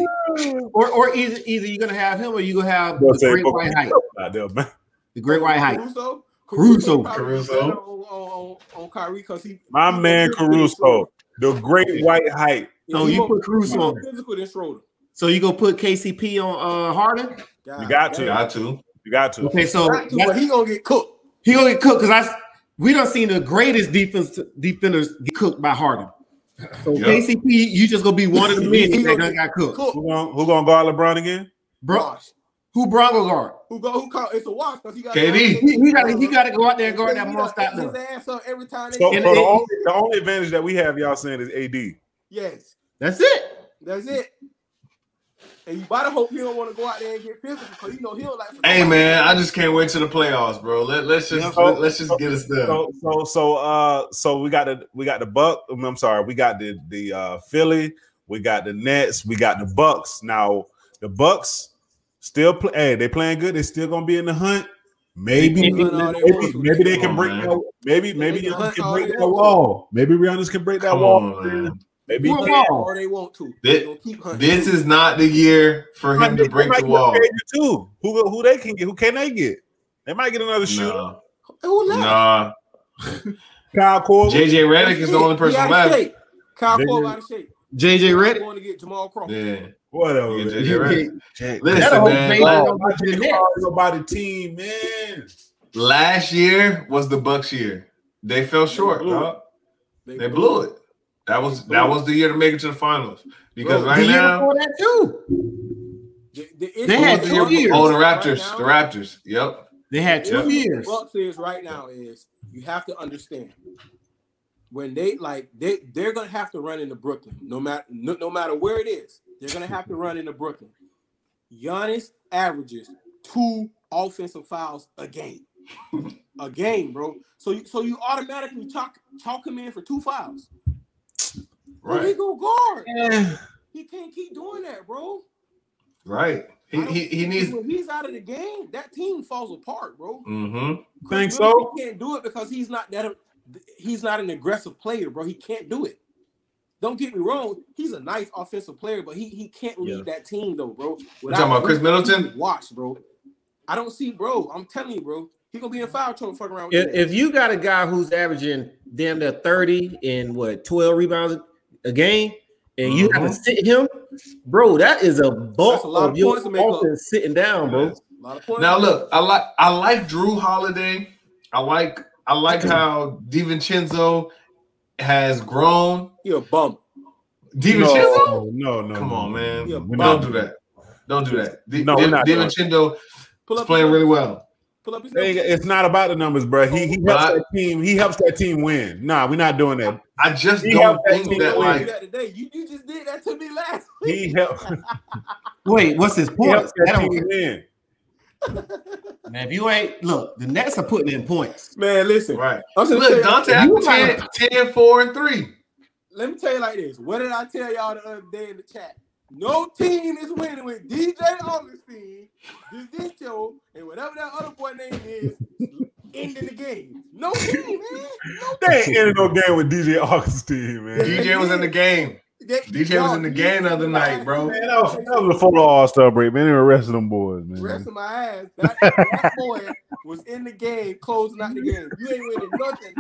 S3: Or or either either you're gonna have him or you're gonna have the great, there, the great white height. The great white height. Caruso.
S1: Caruso.
S4: Caruso.
S1: On, on, on Kyrie because he
S2: my he man Caruso, the great white height.
S3: So you, you put Caruso on
S1: physical than Schroeder.
S3: So you gonna put KCP on uh Harden?
S2: you got to,
S4: got to,
S2: you got to.
S3: Okay, so
S1: to, well, he gonna get cooked.
S3: He gonna get cooked because I we don't seen the greatest defense defenders get cooked by Harden. So yep. KCP, you just gonna be one of the men that done got cooked. cooked.
S2: Who, gonna, who gonna guard LeBron again?
S3: Bro, who Bron gonna guard?
S1: Who go? Who call? It's a watch because he got uh,
S4: KD.
S3: He, he got he got to go out there and guard that monster out
S1: there. His ass up every time.
S2: So, and, so the, only, the only advantage that we have, y'all saying, is AD.
S1: Yes,
S3: that's it.
S1: That's it. And you better hope he don't want to go out there and get physical because you know he don't like.
S4: Hey man, I just can't wait to the playoffs, bro. Let let's just so, let, us just get us done.
S2: So, so so uh so we got the we got the Buck. um, I'm sorry, we got the the uh Philly, we got the Nets, we got the Bucks. Now the Bucks still play. Hey, they playing good. They still gonna be in the hunt. Maybe maybe, maybe, maybe they can break that. Maybe maybe they can break that wall. Maybe Rihanna's can break that wall. Maybe
S1: they all they want to.
S4: This, this, is not the year for him to break the wall.
S2: Too. Who who they can get? Who can they get? They might get another shooter.
S4: Nah. Who left? Nah.
S2: Kyle Korver.
S4: JJ Redick is the only person left.
S1: Kyle Korver out of shape.
S3: JJ Redick
S1: going to get Jamal Crawford.
S4: Yeah.
S2: Whatever.
S4: Yeah, JJ Redick.
S2: Listen, Listen man. About the team, man.
S4: Last year was the Bucks year. They fell short, they blew, they they blew, blew it. it. That was that was the year to make it to the finals because Bro, right the now
S3: year that too.
S4: The, the they had the two years. Oh, the Raptors, right the Raptors. Yep,
S3: they had two
S4: yep.
S3: years.
S1: What Bucks is right now is you have to understand when they like they they're gonna have to run into Brooklyn no matter no, no matter where it is they're gonna have to run into Brooklyn. Giannis averages two offensive fouls a game. a game, bro. So you so you automatically talk talk him in for two fouls. Right. Well, he go guard. Yeah. He can't keep doing that, bro.
S4: Right. He, he, he needs.
S1: When he's out of the game, that team falls apart, bro.
S4: Mm-hmm.
S2: Think so?
S1: He can't do it because he's not that. He's not an aggressive player, bro. He can't do it. Don't get me wrong. He's a nice offensive player, but he he can't lead yeah. that team though, bro.
S4: Without, talking about Chris Middleton?
S1: Watch, bro. I don't see, bro. I'm telling you, bro. He gonna be in foul trouble fucking around.
S3: If, if you got a guy who's averaging damn near thirty and what twelve rebounds a game and you mm-hmm. have to sit him, bro, that is a bulk a lot of, your offense sitting down, bro.
S4: Now look, I like I like Drew Holiday. I like I like how DiVincenzo has grown.
S1: You're a bum.
S4: DiVincenzo?
S2: Oh, No, no, no.
S4: Come on, man. Don't do that. Don't do that. Di- no, Di- DiVincenzo is playing really well.
S2: It's not about the numbers, bro. He he helps I, that team. He helps that team win. Nah, we're not doing that.
S4: I just he don't think that, that like
S1: today. You, you just did that to me last
S2: week. He helped.
S3: Wait, what's his point?
S2: He that team win.
S3: Man, if you ain't look, the Nets are putting in points.
S1: Man, listen.
S4: Right. I'm just look, Dante you 10, like, 10, 4, and 3.
S1: Let me tell you like this. What did I tell y'all the other day in the chat? No team is winning with DJ Augustine, Dizincho, and whatever that other boy name is ending the game. No team, man. No
S2: they ain't ending no game with DJ Augustine, man.
S4: DJ was in the game. They, DJ was in the game the other night, bro.
S2: Man, that was, that was before the All Star break, man. They were resting them boys, man.
S1: Resting my ass. That, that boy was in the game, closing out the game. You ain't winning nothing.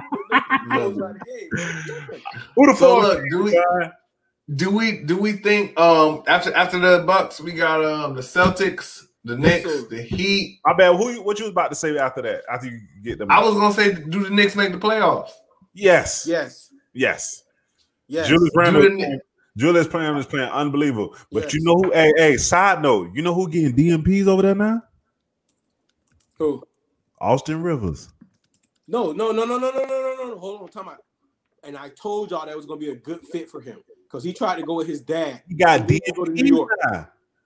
S1: closing out the game. Who
S2: the so fuck?
S4: do we? Do we do we think um after after the Bucks we got um the Celtics the Knicks the Heat
S2: I bet who you, what you was about to say after that after you get them
S4: I was gonna say do the Knicks make the playoffs
S2: yes
S1: yes
S2: yes yes Julius Randle the, Julius Randle is playing unbelievable but yes. you know who hey hey side note you know who getting DMPs over there now
S1: who
S2: Austin Rivers
S1: no no no no no no no no no hold on time out and I told y'all that was gonna be a good fit for him because he tried to go with his dad.
S2: He got he
S1: go to New York.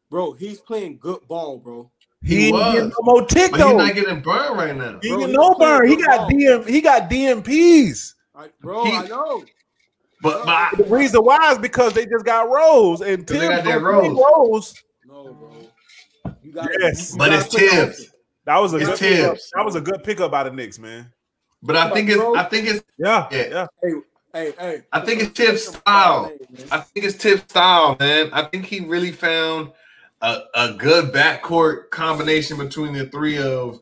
S1: Bro, he's playing good ball, bro.
S2: He, he was. Getting no more tick
S4: but though. He's not getting burned right now.
S2: He getting no burn. He got ball. DM. He got DMPs.
S1: I, bro, he, I know.
S4: But, but I,
S2: the reason why is because they just got Rose and Tim
S4: got their Rose.
S2: Rose.
S1: No,
S2: bro. You got yes,
S4: but it's Tibbs.
S2: That was a
S4: it's
S2: good
S4: Tibbs.
S2: Pickup. That was a good pickup by the Knicks, man.
S4: But I think it's. I think it's.
S2: Yeah. Yeah. yeah.
S1: Hey, Hey, hey.
S4: I think it's Tip's style. I think it's Tip's style, man. I think he really found a, a good backcourt combination between the three of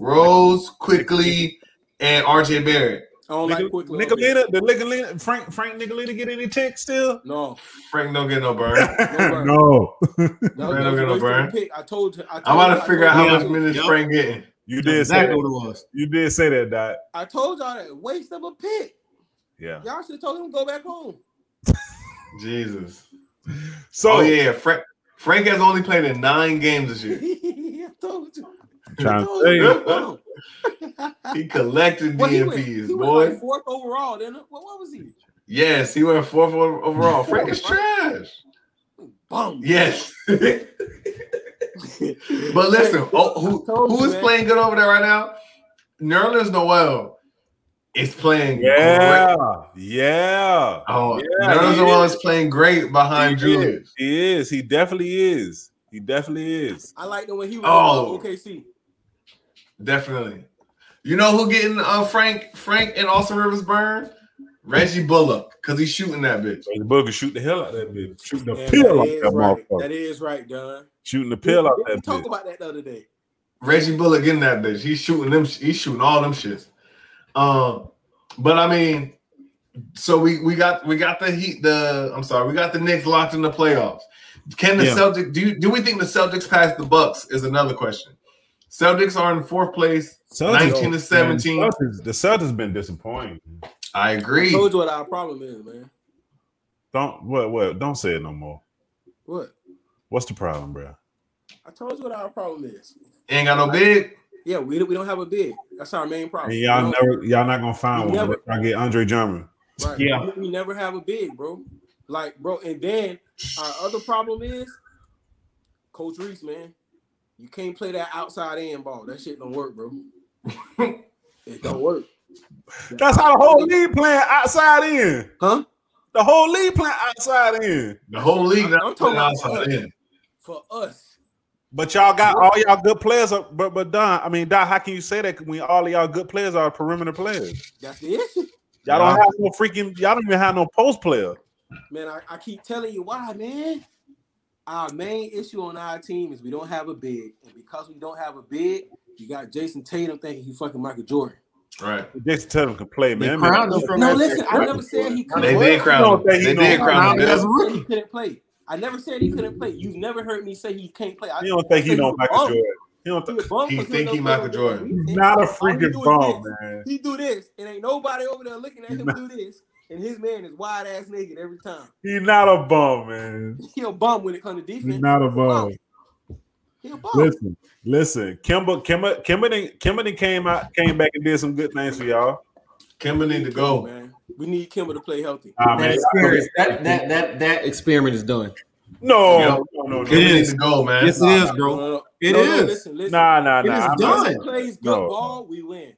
S4: Rose, Quickly, and RJ Barrett.
S1: Oh, like quickly.
S2: Nicolina, the Nicolina, Frank Frank Nicolina get any tick still?
S1: No.
S4: Frank don't get no burn.
S2: no.
S4: Burn. no. Frank don't get no burn.
S1: I told you. I
S4: am about to figure out how much minutes yep. Frank getting.
S2: You did
S3: exactly what it was.
S2: You did say that, Dot.
S1: I told y'all that waste of a pick.
S2: Yeah.
S1: Y'all should have told him to go back home.
S4: Jesus. So oh, yeah, Frank Frank has only played in nine games this year.
S1: I told you.
S2: I told you.
S4: he collected well, DMPs,
S1: he went, he
S4: boy.
S1: Went like fourth overall. Then what, what, was he?
S4: Yes, he went fourth overall. Frank is trash.
S1: Bum.
S4: Yes. but listen, oh, who, who is playing good over there right now? Nerlens Noel is playing
S2: yeah great. yeah
S4: oh yeah, Nerlens is. is playing great behind
S2: he
S4: Julius is.
S2: he is he definitely is he definitely is
S1: I like the way he was oh OKC
S4: definitely you know who getting uh Frank Frank and Austin Rivers burn Reggie Bullock because he's shooting that bitch
S2: Reggie Bullock shoot the hell out that bitch shooting the yeah, pill out that
S1: right. motherfucker that is right Don
S2: shooting the pill out that
S1: bitch talk about that the other day
S4: Reggie Bullock getting that bitch he's shooting them he's shooting all them shits. Um, but I mean, so we we got we got the heat. The I'm sorry, we got the Knicks locked in the playoffs. Can the yeah. Celtics do? You, do we think the Celtics pass the Bucks? Is another question. Celtics are in fourth place, Celtics, nineteen to seventeen.
S2: Man, Celtics, the Celtics been disappointing.
S4: I agree. I
S1: told you what our problem is, man.
S2: Don't what what? Don't say it no more.
S1: What?
S2: What's the problem, bro?
S1: I told you what our problem is.
S4: Ain't got no big.
S1: Yeah, we, we don't have a bid. That's our main problem.
S2: And y'all never y'all not gonna find one. Never, I get Andre Drummond.
S1: Right. Yeah, we, we, never have a bid, bro. Like, bro, and then our other problem is Coach Reese, man. You can't play that outside end ball. That shit don't work, bro. it don't work.
S2: That's how the whole league playing outside in.
S1: Huh?
S2: The whole league playing outside in.
S4: The whole league.
S1: I'm, I'm talking outside in. For us.
S2: But y'all got all y'all good players, are, but but Don, I mean Don, how can you say that when all of y'all good players are perimeter players?
S1: That's the issue.
S2: Y'all don't have no freaking. Y'all don't even have no post player.
S1: Man, I, I keep telling you why, man. Our main issue on our team is we don't have a big, and because we don't have a big, you got Jason Tatum thinking he fucking Michael Jordan.
S4: Right.
S2: Jason Tatum can play, man.
S1: They crowned him from no, listen, I never said he
S4: They
S1: couldn't.
S4: did crown him. They did crown him.
S1: He couldn't play. I never said he couldn't play. You've never heard me say he can't play. I
S2: you don't think he, he don't Michael bum. Jordan.
S4: He don't th- he, he think he Michael Jordan.
S2: He's not a freaking bum, man.
S1: He do this, and ain't nobody over there looking at him do this. And his man is wide ass naked every time.
S2: He's not a bum, man.
S1: He a bum when it comes to defense.
S2: He's not a bum.
S1: He a bum.
S2: Listen, listen. Kimba, Kimba, Kimba, Kimba came out, came back and did some good things for y'all.
S4: Kimba need to go,
S1: man. We need Kimba to play healthy.
S3: Ah, that, that, that, that, experiment is done.
S2: No, yep. no, no,
S4: no. It is the goal, man.
S3: Yes, it is, bro. No, It no, is.
S2: listen, listen. Nah, nah,
S3: It
S2: nah.
S3: is
S2: I'm not-
S3: done.
S1: He plays good
S2: No.
S1: ball, we win.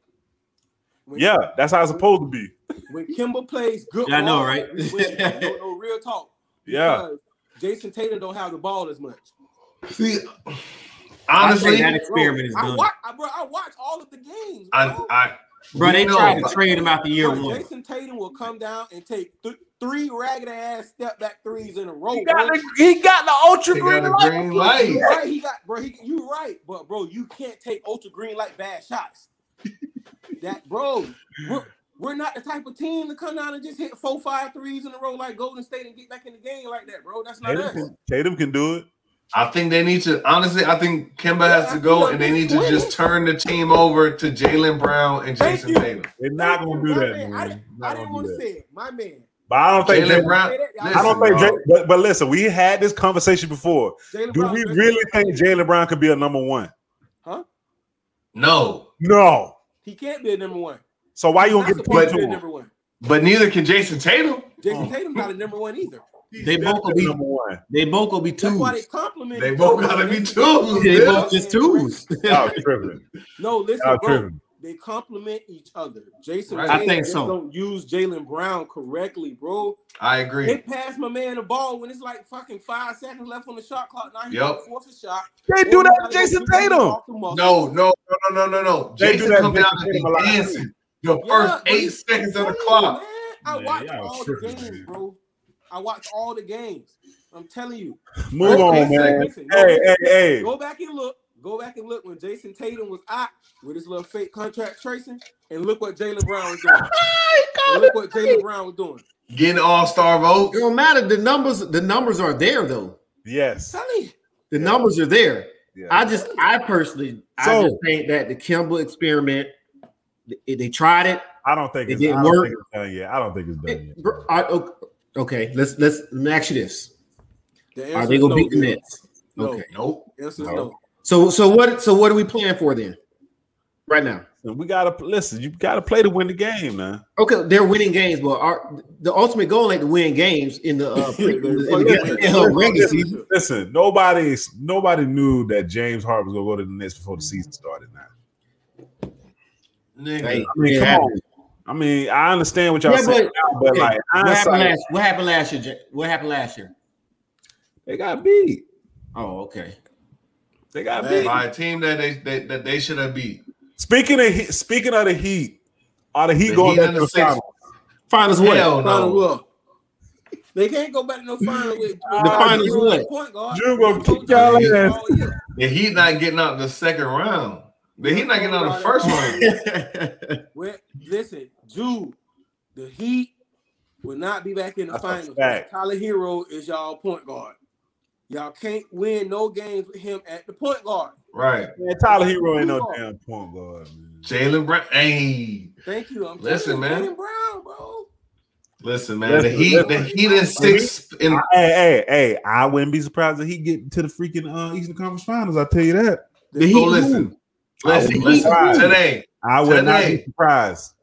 S1: When
S2: Yeah, that's how it's supposed to be.
S1: when Kimber plays good
S3: Yeah, I know,
S1: ball,
S3: right?
S1: we win. no, no real talk.
S2: Yeah.
S1: Because Jason Tatum don't have the ball as much.
S4: See,
S3: Honestly,
S4: honestly,
S3: that
S4: I,
S1: Bro,
S3: experiment is
S1: I
S3: done.
S1: watch, I, bro, I watch all of the games. bro.
S4: I,
S3: Bro, they
S4: You know,
S3: tried to
S4: but-
S3: trade him out the year
S1: Bro,
S3: one.
S1: Jason Tatum will come down and take th- three ragged ass step back threes in a row.
S2: He
S1: bro.
S2: got the, he got the ultra
S4: He got
S2: green
S4: the
S2: light.
S4: green light.
S1: You right, he got bro. He, you right, but bro, you can't take ultra green light bad shots. that bro, we're, we're not the type of team to come down and just hit four, five threes in a row like Golden State and get back in the game like that, bro. That's not
S2: Tatum
S1: us.
S2: can, Tatum can do it.
S4: I think they need to. Honestly, I think Kimba has to go, and they need to just turn the team over to Jalen Brown and
S1: Thank
S4: Jason
S1: you.
S4: Tatum.
S2: They're not gonna do
S1: My
S2: that,
S1: man, I
S2: man.
S1: didn't,
S2: Not
S1: I
S2: gonna
S1: didn't
S2: do
S1: want to
S2: that.
S1: say it, my man.
S2: But I don't think.
S4: Jalen
S2: Jalen,
S4: Brown.
S2: I don't
S4: Listen,
S2: think.
S4: dog.
S2: Jalen, but, but listen, we had this conversation before.
S1: Jalen
S2: Do
S1: Brown-
S2: we really think Jalen Brown could be a number one?
S4: No,
S2: No.
S1: he can't be a number one?
S2: So why you
S1: He's
S2: gonna give the
S1: not
S2: play Oh. to
S1: supposed to be a
S2: him?
S1: number one.
S4: but neither can Jason Tatum.
S1: Jason Tatum's not a number one either.
S3: They both will be
S2: number one.
S3: they both will be
S1: That's
S3: twos.
S1: why they compliment.
S4: They both gotta be twos.
S3: They
S4: man.
S3: both just twos.
S2: Y'all tripping.
S1: No, listen,
S2: Y'all
S1: bro.
S2: tripping.
S1: they complement each other. Jason
S4: Right.
S1: Tatum
S3: I think
S1: just
S3: so.
S1: don't use Jalen Brown correctly, bro.
S4: I
S1: They
S4: agree.
S1: pass my man the ball when it's like fucking five seconds left on the shot clock. Now he
S4: Yep.
S1: yep. force a shot.
S2: They do that, to Jason Tatum.
S1: No,
S4: No, no, no, no, no, no.
S2: They do
S4: Jason
S2: that
S4: comes
S2: Jason
S4: out and
S2: Tatum a
S4: be
S2: lot, too.
S4: dancing. The first eight seconds of the clock.
S1: I
S2: Man,
S1: watched
S2: y'all
S1: all the
S2: tripping,
S1: games,
S2: man.
S1: bro. I watched all the games. I'm telling you.
S2: Move on,
S4: Listen,
S2: man.
S1: listen,
S2: Hey,
S1: listen.
S2: hey, hey.
S1: Go back and look. Go back and look when Jason Tatum was out with his little fake contract tracing, and look what Jalen Brown was doing. And look what Jalen Brown was doing.
S4: Getting all star
S3: It
S4: votes.
S3: don't matter. The numbers, the numbers are there though.
S2: Yes.
S1: Telling you.
S3: The numbers are there.
S2: Yeah.
S3: I just, I personally, I
S2: So-
S3: just think that the Kimball experiment, they, they tried it.
S2: I don't think
S3: It
S2: it's,
S3: didn't
S2: I don't
S3: work.
S2: think it's done yet. I don't think it's done
S3: It-
S2: yet.
S3: bro, I- uh, o- okay, let's let's let me ask you this:
S1: The
S3: Are
S1: answer
S3: they
S1: is
S3: gonna
S1: no,
S3: beat the
S1: Bill.
S3: Nets?
S1: No.
S3: Okay.
S4: Nope.
S1: The answer is
S3: No.
S1: no.
S3: So so what so what are we playing for then? Right now.
S2: Listen, we gotta listen. You gotta play to win the game, man.
S3: Okay, they're winning games, but our the ultimate goal ain't to win games in the uh, pre- in the, in
S1: Fuck
S3: the,
S1: it.
S3: in the regular season.
S2: Listen, nobody nobody knew that James Harden was gonna go to the Nets before the season started. Now,
S4: Nigga.
S2: I
S3: Hey,
S2: mean,
S3: it
S2: come
S3: happened.
S2: on. I mean, I understand what y'all
S3: Yeah,
S2: saying, now, but
S3: okay,
S2: like,
S3: What happened
S2: hindsight,
S3: last? What happened last year? Jay? What happened last year?
S2: they got beat.
S3: Oh, okay.
S2: They got
S1: Man,
S2: beat.
S4: By a team that they that, that they should have beat.
S2: Speaking of heat, speaking of the Heat, are the Heat
S4: The
S2: going
S4: Heat
S2: back
S4: and
S2: to
S4: the
S2: the
S4: Sixers.
S2: finals?
S3: Finals what?
S4: Hell
S1: Final
S4: no.
S1: will. They can't go back to no final with
S2: The
S3: finals what?
S1: Point guard.
S2: You gonna kick
S4: y'all
S2: ass.
S1: All year.
S4: The Heat not getting out the second round. The Heat not getting out the first round.
S1: Well, listen, Jude, the Heat will not be back in the
S2: That's a
S1: finals.
S2: fact.
S1: Tyler Hero is y'all point guard. Y'all can't win no games with him at the point guard.
S4: Right.
S2: Man, Tyler Hero ain't no damn point guard. Man.
S4: Jalen Brown. Hey,
S1: Thank you. I'm
S4: Listen,
S1: telling
S4: man.
S1: you, Jaylen Brown, bro.
S4: listen, man.
S2: Listen,
S4: the Heat, the
S2: listen.
S4: Heat is six. In,
S2: I- hey, hey, hey! I wouldn't be surprised if he get to the freaking uh, Eastern Conference Finals. I tell you that.
S3: The Heat
S4: so oh, listen,
S3: who?
S4: listen,
S2: Heat
S4: listen.
S2: who?
S4: Today,
S2: I would not
S4: Today.
S2: be surprised.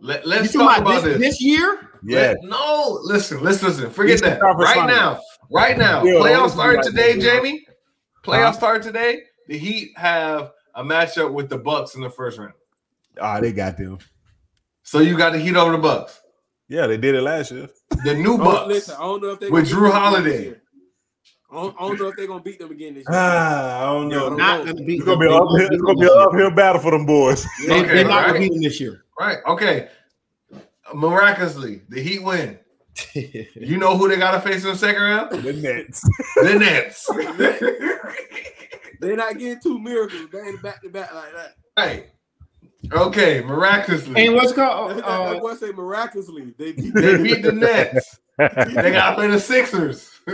S4: let,
S3: You
S4: us
S3: talking
S4: talk
S3: about
S4: about
S3: this,
S4: this.
S3: this year?
S2: Yeah,
S4: Let- no, listen, listen, listen. Forget
S2: Eastern
S4: that.
S2: Conference
S4: Right
S2: Finals.
S4: now, right now.
S2: Yeah, let's
S4: Playoffs
S2: do
S4: started
S2: like
S4: today,
S2: that.
S4: Jamie.
S2: Huh?
S4: Playoffs started today. The Heat have a matchup with the Bucks in the first round.
S2: oh, they got them.
S4: So you got the Heat over the Bucks.
S2: Yeah, they did it last year.
S4: The new
S1: I don't-
S4: Bucks.
S1: Oh, listen, I don't know if they
S4: With
S1: gonna beat
S4: Drew
S1: them again
S4: Holiday.
S1: this year. I don't, I don't know if they're gonna beat them again this year.
S2: Ah, I don't know.
S1: Yeah,
S3: Not gonna beat.
S2: It's gonna be an uphill. It's gonna be an uphill battle for them boys.
S3: They,
S4: Okay,
S3: they're not gonna
S4: right.
S3: beat them this year.
S4: Right. Okay. Miraculously, the Heat win. You know who they got to face in the second round?
S2: The Nets.
S4: The Nets.
S1: They're not getting two miracles. They ain't back to back like that.
S4: right. Okay.
S3: and
S4: Miraculously,
S3: what's called?
S1: That,
S3: Uh,
S1: that boy say miraculously. They beat
S4: they beat the Nets. They got to play the Sixers.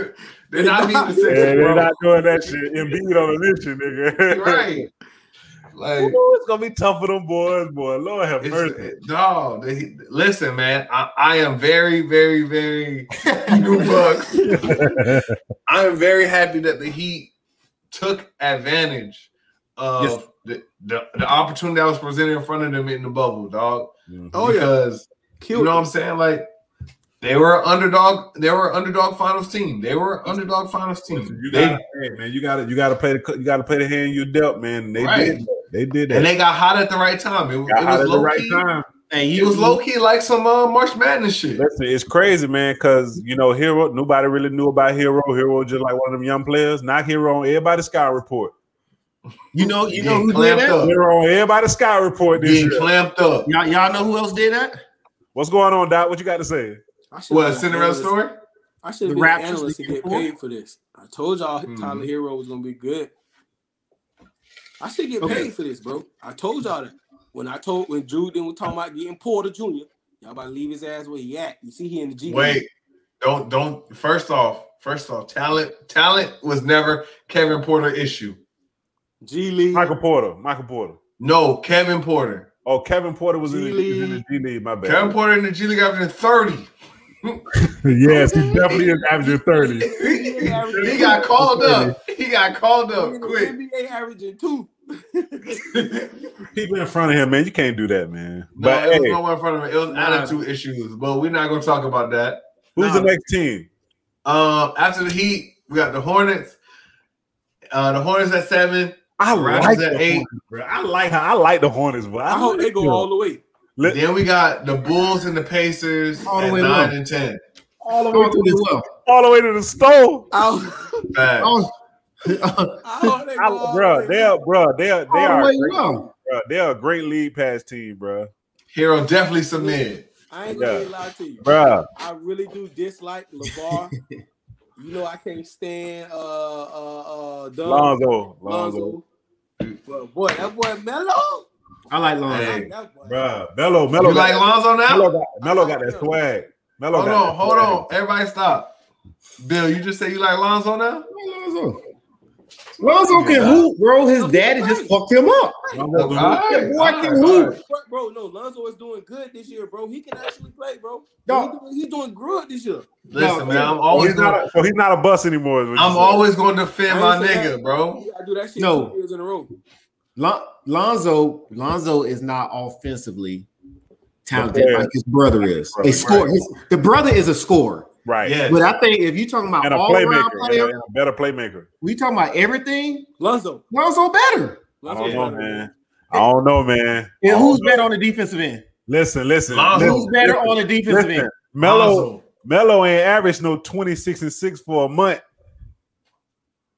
S4: They're not beating the
S2: Yeah,
S4: Sixers.
S2: they're
S4: bro.
S2: not doing that shit. Embiid on a mission, nigga.
S4: Right. Like,
S2: Ooh, it's gonna be tough for them boys, boy. Lord have mercy.
S4: it's, no, they, listen, man. I, I am very, very, very new bucks. I am very happy that the Heat took advantage of
S3: Yes.
S4: the, the, the opportunity that was presented in front of them in the bubble, dog.
S2: Mhm.
S1: Oh, yeah.
S4: because you know what I'm saying? Like They were underdog. They were underdog finals team. They were underdog finals team.
S2: Listen,
S4: you
S2: they, gotta, hey, man, you got to you got to play the you got to play the hand you dealt, man. And they right. did. They did that,
S4: and they got hot at the right time. It, it was low right key. Time. And you, it was low key like some uh, March Madness shit.
S2: Listen, it's crazy, man, because you know, hero. Nobody really knew about hero. Hero just like one of them young players. Not hero on everybody's sky report.
S3: You know, you know who did that? Up.
S2: Hero on everybody's sky report. This
S4: Getting clamped up.
S3: Y'all, y'all know who else did that?
S2: What's going on, Doc? What you got to say?
S4: What Cinderella story?
S1: I should have been an analyst to get paid for this. I told y'all mm-hmm. Tyler Hero was gonna be good. I should get okay. paid for this, bro. I told y'all that when I told when Drew then was talking about getting Porter Jr. Y'all about to leave his ass where he at. You see, he in the G.
S4: Wait, don't don't. First off, first off, talent talent was never Kevin Porter issue.
S1: G League,
S2: Michael Porter, Michael Porter.
S4: No, Kevin Porter.
S2: Oh, Kevin Porter was in the, in the, G League. My bad.
S4: Kevin Porter in the G League after thirty.
S2: yes, he definitely is averaging 30.
S4: he got called up. He got called up quick.
S1: NBA averaging two.
S2: People in front of him, man. You can't do that, man.
S4: No, but it was hey, no one in front of him. It was nah. attitude issues. But we're not gonna talk about that.
S2: Who's nah. the next team?
S4: Um, after the Heat, we got the Hornets. Uh, the Hornets at seven.
S2: I like at eight. Hornets, I like I like the Hornets, but
S1: I, I hope they go all the way.
S4: Let, then we got the Bulls and the Pacers all the way nine up. and ten.
S2: All the way to the all the way to the store.
S4: I,
S2: I, bro, they're bro, they're they all are the great, bro, they're a great lead pass team, bro.
S4: Hero definitely submitted.
S1: I ain't gonna yeah. lie to you, bro. I really do dislike Levar. you know I can't stand uh uh uh Doug,
S2: Lonzo. Lonzo.
S1: Lonzo. But boy, that boy mellow.
S3: I like Lonzo. Hey,
S2: bro, Mello, Mello.
S4: You like Lonzo now?
S2: Mello got, Mello got that swag. Mello
S4: hold
S2: got
S4: on, hold on. Everybody stop. Bill, you just say you like Lonzo now?
S3: Lonzo. Lonzo can yeah. hoop, bro. His daddy right. just fucked him up. Lonzo
S1: right. Boy, right. can hoop. Bro, no, Lonzo is doing good this year, bro. He can actually play, bro. No. He's he doing good this year.
S4: Listen, no, man, I'm always
S2: he's not, a, so he's not a bus anymore.
S4: I'm always going to defend my nigga, that. bro.
S1: I do that shit no. two years in a row.
S3: Lon- Lonzo Lonzo is not offensively talented like his brother is. Brother, a score. Right. the brother is a scorer.
S2: Right.
S3: Yes. But I think if you're talking about
S2: and a playmaker, player, and a better playmaker.
S3: We talking about everything.
S1: Lonzo.
S3: Lonzo better.
S2: Lonzo I don't know, better. man. I don't know, Oh, man.
S3: And who's better on the defensive end?
S2: Listen, listen.
S3: Lonzo.
S2: listen
S3: who's better listen, on the defensive listen. end?
S2: Mello, Mello ain't averaged no 26 and 6 for a month.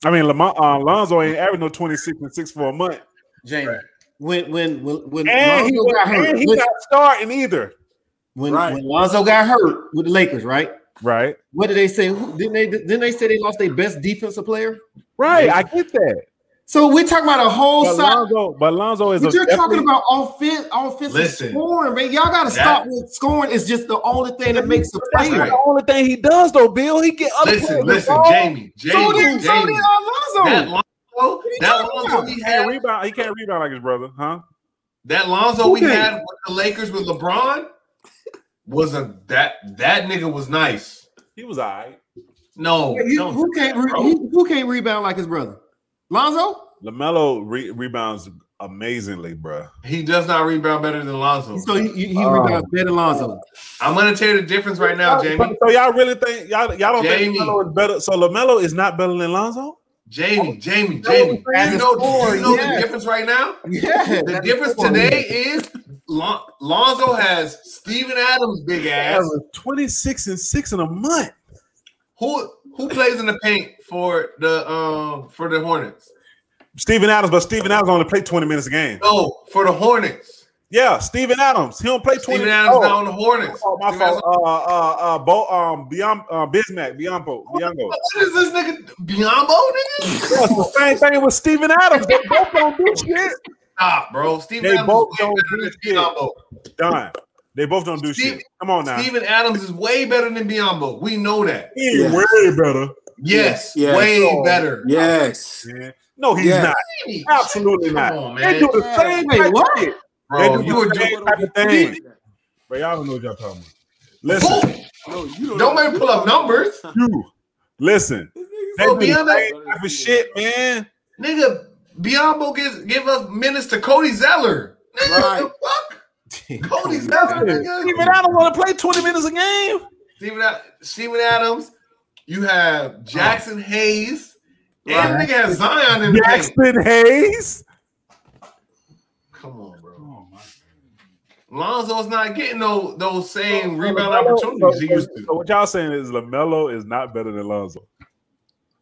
S2: I mean, Lamar, uh, Lonzo ain't averaged no 26 and 6 for a month.
S3: Jamie. Right. When when when when
S2: and Lonzo he, got hurt, and he when, got starting either.
S3: When, right. when Lonzo got hurt with the Lakers, right?
S2: Right.
S3: What did they say? Didn't they didn't they say they lost their best defensive player?
S2: Right. I get that.
S3: So we're talking about a whole
S2: but
S3: side.
S2: Lonzo, but Lonzo is.
S3: But you're talking about offense, offensive Listen, scoring, man. Y'all got to stop with scoring. Is just the only thing that makes the play.
S2: Right. the only thing he does, though, Bill. He get
S4: other listen, listen, Jamie, Jamie, so did, Jamie. So did Alonzo. That Lonzo, that Lonzo
S2: he had he rebound. He can't rebound like his brother, huh?
S4: That Lonzo okay. we had with the Lakers with LeBron was a that that nigga was nice.
S2: He was all right.
S4: No,
S3: yeah, you, who can't re, who, who can't rebound like his brother? Lonzo?
S4: Oh,
S2: LaMelo re- rebounds amazingly, bro.
S4: He does not rebound better than Lonzo.
S3: So he, he, he
S4: uh,
S3: um, rebounds better than
S4: oh.
S3: Lonzo.
S4: I'm gonna tell you the difference right now, Jamie.
S2: So, so y'all really think y'all y'all don't Jamie. think LaMelo is better? So LaMelo is not better than Lonzo?
S4: Jamie, oh, Jamie, Jamie. As you know, score, you know yeah. the difference right now?
S3: Yeah.
S4: The difference cool. today is Lon- Lonzo has Steven Adams' big ass.
S2: 26 and 6 in a month.
S4: Who who plays in the paint for the um for the Hornets?
S2: Steven Adams, but Steven Adams only played 20 minutes a game.
S4: No, for the Hornets.
S2: Yeah, Steven Adams. He don't play 20
S4: Steven Adams oh. not on the Hornets.
S2: Oh, my Steven fault. Adams. Uh uh uh Bo um Biom uh Bismack, Biombo, Biombo.
S4: What is this nigga Biombo nigga?
S2: That's the same thing with Steven Adams. They both don't do shit.
S4: Stop, bro. Steven
S2: they Adams both is way don't better do than shit. Done. They both don't do Steve, shit. Come on now.
S4: Steven Adams is way better than Biombo. We know that.
S2: He's yes. way better.
S4: Yes, yes. way oh, better.
S1: Yes.
S2: Yeah. No, he's yes. not. Absolutely not. On, they do the yeah. same Wait, type what? shit.
S4: Bro,
S2: you were doing type of thing. thing. But y'all don't know what y'all talking about. Listen,
S4: no, you don't, don't make me pull up numbers.
S2: You listen. They do the type of shit, man.
S4: Nigga, Biombo gives give us minutes to Cody Zeller. Nigga, right. what the fuck? Cody Zeller.
S2: Even I don't want to play 20 minutes a game.
S4: Stephen, Stephen Adams. You have Jackson Hayes. And right. nigga has Zion in
S2: Jackson the Hayes.
S4: Come on, bro. Oh, Lonzo's not getting no those same so, rebound LaMelo, opportunities he used to.
S2: So what y'all saying is Lamelo is not better than Lonzo.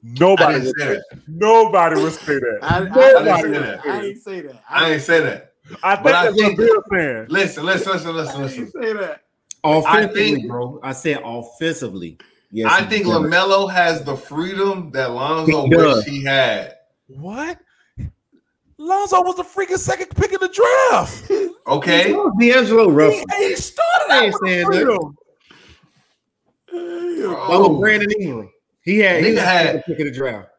S2: Nobody would say that. that. Nobody would say that.
S1: I, Nobody I, I, didn't, say that. I didn't say that.
S4: I, I didn't say that.
S2: I think that's what Bill's saying.
S4: Listen, listen, listen, listen, listen.
S1: say that.
S3: Offensively, I think, bro. I said offensively.
S4: Yes, I think does. Lamelo has the freedom that Lonzo he wished he had.
S2: What? Lonzo was the freaking second pick in the draft.
S4: Okay,
S3: D'Angelo Russell.
S1: He, he started out with freedom.
S3: Oh, Brandon Ingram. He had he was had pick of the draft.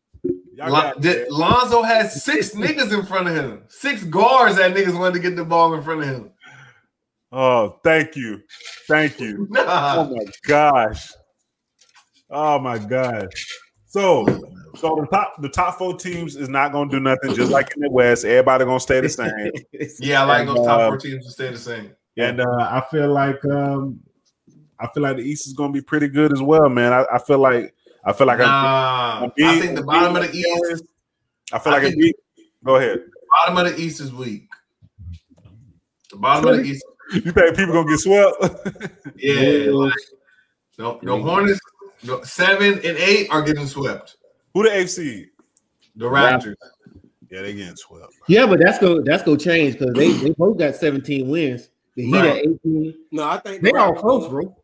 S4: Lon- did, Lonzo had six niggas in front of him. Six guards that niggas wanted to get the ball in front of him.
S2: Oh, thank you, thank you. Nah. Oh my gosh. Oh my god. So, so the top the top four teams is not gonna do nothing, just like in the West. Everybody gonna stay the same.
S4: yeah, I like those top four teams to stay the same.
S2: And uh, I feel like um, I feel like the East is gonna be pretty good as well, man. I, I feel like I feel like
S4: nah, I'm, I'm being, i think the bottom of the East.
S2: I feel like I being, go ahead.
S4: bottom of the East is weak. The bottom of the East.
S2: You think people gonna get swept?
S4: yeah, like, no, the Hornets no, seven and eight are getting swept.
S2: Who the AFC?
S4: The Raptors.
S2: Yeah, they getting swept.
S3: Yeah, but that's go that's gonna change because they, they both got 17 wins. The Heat right. at 18.
S1: No, I think
S3: the they all close, bro.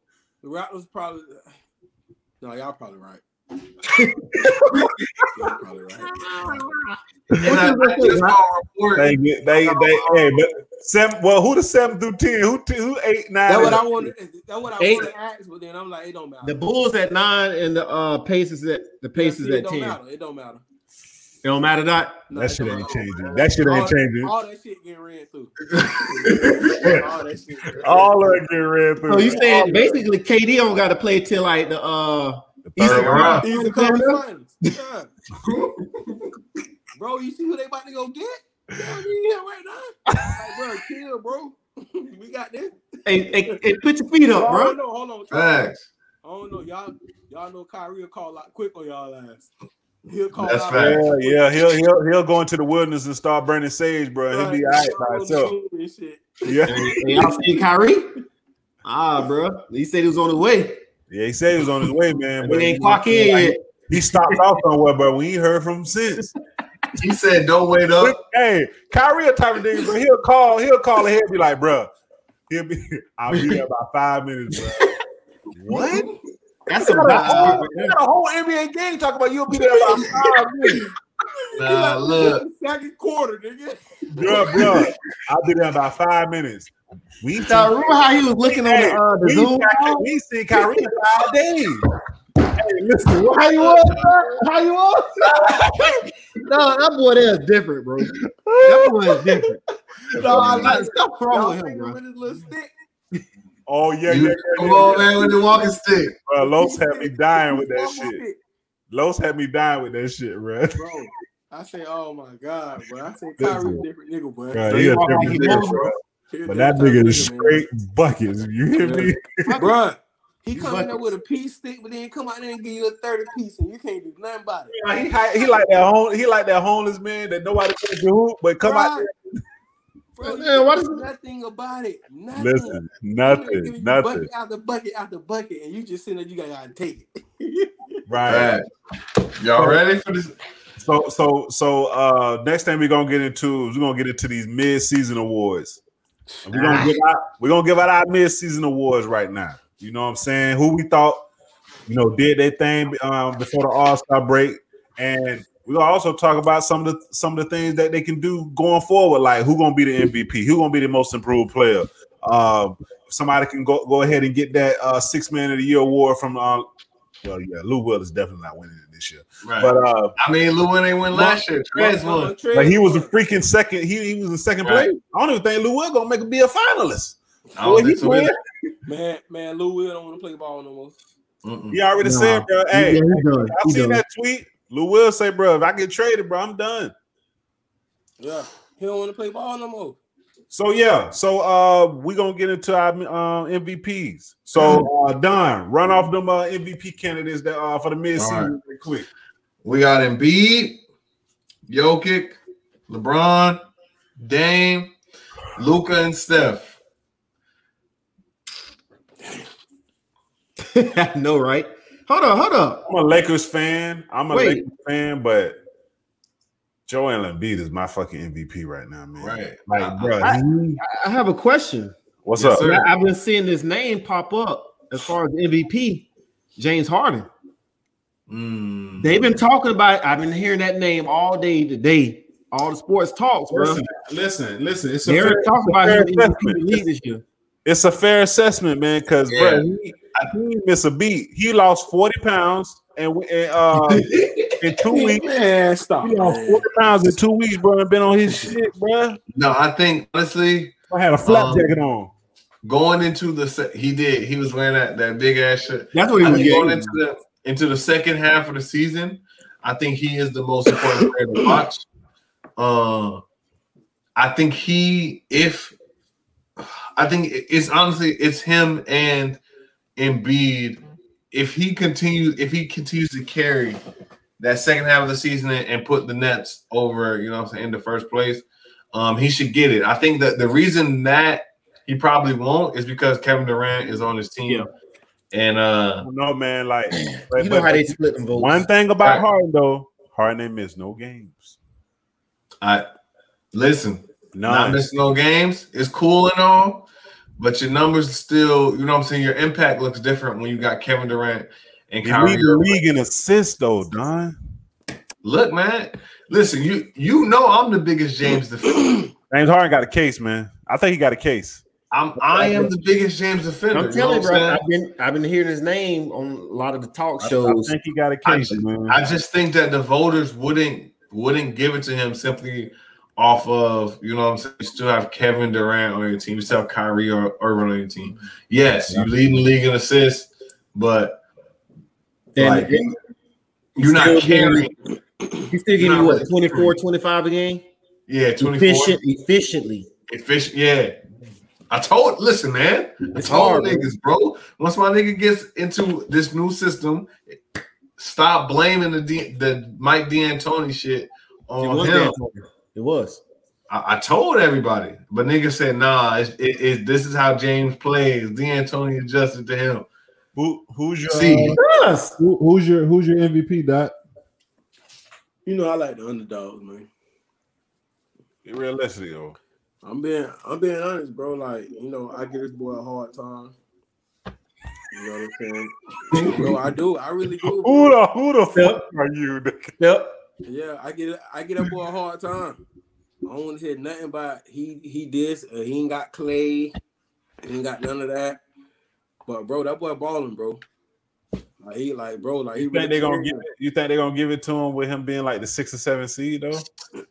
S1: The Raptors probably no, y'all probably right.
S4: probably right. I, I
S2: they, they, they, hey, but seven. Well, who the seven through ten? Who, two, who eight, nine?
S1: That's what I wanted. That's what I eight. wanted to ask, but then I'm like, it don't matter.
S3: The Bulls at nine and the uh Pacers at the Pacers yeah, see, at
S1: it
S3: ten.
S1: Matter. It don't matter.
S3: It don't matter. Not
S2: no, that shit ain't changing. That shit all, ain't changing.
S1: All that shit getting ran through.
S2: all that shit. Getting all that getting ran through.
S3: So you saying all basically KD don't got to play till like the uh.
S1: The third round. Eastern Conference Finals. Yeah. bro, you see who they about to go get? You know what I mean? right now. Like, bro, kill, bro. we got this.
S3: Hey, hey, hey, put your feet up, bro.
S1: Hold on, hold on. Facts. I don't know. Y'all, y'all know Kyrie will call out quick on y'all ass. He'll call That's out.
S2: Fact. Yeah, yeah, he'll he'll he'll go into the wilderness and start burning sage, bro. He'll be all right by himself.
S3: Yeah. Hey, y'all seen Kyrie? Ah, bro. He said he was on the way.
S2: Yeah, he said he was on his way, man.
S3: But he ain't clock in yet. Like,
S2: he stopped off somewhere, but we ain't heard from him since.
S4: He said, "Don't wait up."
S2: Hey, Kyrie a type of nigga, but he'll call, he'll call ahead, be like, "Bro, he'll be, I'll be there about five minutes."
S3: what?
S2: That's you got, a whole, man. you got a whole NBA game talking about you'll be there about five minutes.
S4: Nah, look,
S1: second quarter, nigga.
S2: Bro, bro, I'll be there about five minutes.
S3: We now, remember how he was looking hey, on the, uh, the Zoom.
S2: Got, we seen Kyrie in five days.
S3: Hey, listen, how you on? How you on? no, that boy there is different, bro. That boy is different.
S1: no, I like stuff wrong with him, bro. With his little stick.
S2: Oh yeah, you, yeah,
S4: come yeah, on, yeah. man, with the walking stick.
S2: Bro, Los had me dying with that shit. Los had me dying with that shit, bro.
S1: bro. I say, oh my god, bro. I say Kyrie different nigga, bro. bro he he
S2: different, bro. But that nigga is straight buckets. You hear me?
S1: Bruh. He come in there with a piece stick, but then come out there and give you a 30 piece, and you can't do nothing about it.
S2: Yeah, he, he, he like that home, he like that homeless man that nobody can do, but come Bruh. out there.
S1: Bro, man, what is nothing about it? Nothing.
S2: Listen, nothing, nothing.
S1: Bucket out the bucket, out the bucket, and you just sitting there, you gotta take
S2: it. right.
S4: Y'all ready for this?
S2: So, so, so, uh, next time we're gonna get into, we're gonna get into these mid-season awards. And we're gonna give out we're gonna give out our mid-season awards right now. You know what I'm saying? Who we thought you know did their thing um, before the All-Star break. And we're gonna also talk about some of the some of the things that they can do going forward, like who gonna be the MVP, who gonna be the most improved player. Um, somebody can go, go ahead and get that uh, six man of the year award from uh, well, yeah, Lou Will is definitely not winning it this year. Right. But uh,
S4: I mean, Lou Will ain't win last year. Trez won.
S2: Like he was a freaking second. He, he was in second right. place. I don't even think Lou Will gonna make be a finalist.
S1: No, Boy, so man, man, Lou Will don't want to play ball no more.
S2: Mm-mm. He already no. said, bro. Hey, he I he seen done. that tweet. Lou Will say, bro, if I get traded, bro, I'm done.
S1: Yeah, he don't want to play ball no more.
S2: So yeah, so uh, we're gonna get into our uh, MVPs. So uh, Don, run off them uh, MVP candidates that uh, for the midseason right. quick.
S4: We got Embiid, Jokic, LeBron, Dame, Luca, and Steph.
S3: I know, right? Hold on, hold on.
S2: I'm a Lakers fan. I'm a Wait. Lakers fan, but Joel Embiid is my fucking MVP right now, man.
S4: Right.
S2: Like,
S3: I, bro, I, I, have a question.
S2: What's yes, up? Sir.
S3: I've been seeing this name pop up as far as MVP, James Harden.
S4: Mm.
S3: They've been talking about it. I've been hearing that name all day today. All the sports talks, bro.
S2: Listen, listen, listen.
S3: It's a They're fair, talking about fair MVP this year.
S2: It's a fair assessment, man, because yeah. bro, he, he missed a beat. He lost 40 pounds and, and uh, in two weeks.
S1: Man, stop.
S2: You know, forty pounds in two weeks, bro. And been on his shit, bro.
S4: No, I think honestly,
S2: I had a flap um, jacket on.
S4: Going into the se- he did. He was wearing that, that big ass shirt.
S3: That's what he was
S4: going into the into the second half of the season. I think he is the most important player to watch. Uh, I think he if I think it's honestly it's him and Embiid. If he continues, if he continues to carry that second half of the season and, put the Nets over, you know I'm saying, in the first place, um, he should get it. I think that the reason that he probably won't is because Kevin Durant is on his team. Yeah. And uh
S2: no man, like
S3: you but, know how they split them votes.
S2: One thing about right. Harden though, Harden ain't missed no games.
S4: I listen, None. not missing no games. It's cool and all, but your numbers still, you know what I'm saying? Your impact looks different when you got Kevin Durant and Kyrie.
S2: Lead the league in assists, though, Don.
S4: Look, man. Listen, you you know I'm the biggest James defender.
S2: James Harden got a case, man. I think he got a case.
S4: I'm I am the biggest James defender.
S3: I'm telling you, know bro. I've been I've been hearing his name on a lot of the talk shows.
S2: I, I think he got a case,
S4: I just,
S2: man.
S4: I just think that the voters wouldn't wouldn't give it to him simply off of you know what I'm saying. You still have Kevin Durant on your team. You still have Kyrie or Irving on your team. Yes, you lead the league in assists, but like, and, you're not carrying.
S3: He's still giving you what 24, 25 a game?
S4: Yeah, 24.
S3: Efficient, efficiently.
S4: Efficient, yeah. I told, listen, man. It's I told hard, niggas, bro. bro. Once my nigga gets into this new system, stop blaming the D, the Mike D'Antoni shit on it him.
S3: D'Antoni. It was.
S4: I, I, told everybody, but nigga said, nah, it's, it, it, this is how James plays. D'Antoni adjusted to him.
S2: Who, who's your uh, who, who's your who's your MVP, Doc?
S1: You know I like the underdog, man.
S2: Be realistic, though.
S1: I'm being I'm being honest, bro. Like you know, I give this boy a hard time. You know what I'm saying? bro, I do. I really do.
S2: Who the who the fuck are you?
S3: Yep.
S1: Yeah, I get I get that boy a hard time. I don't want to hear nothing about he he this or he ain't got clay. He ain't got none of that. But bro, that boy balling, bro. Like he like bro, like
S2: you think they gonna give it, you think they gonna give it to him with him being like the six or seven seed though?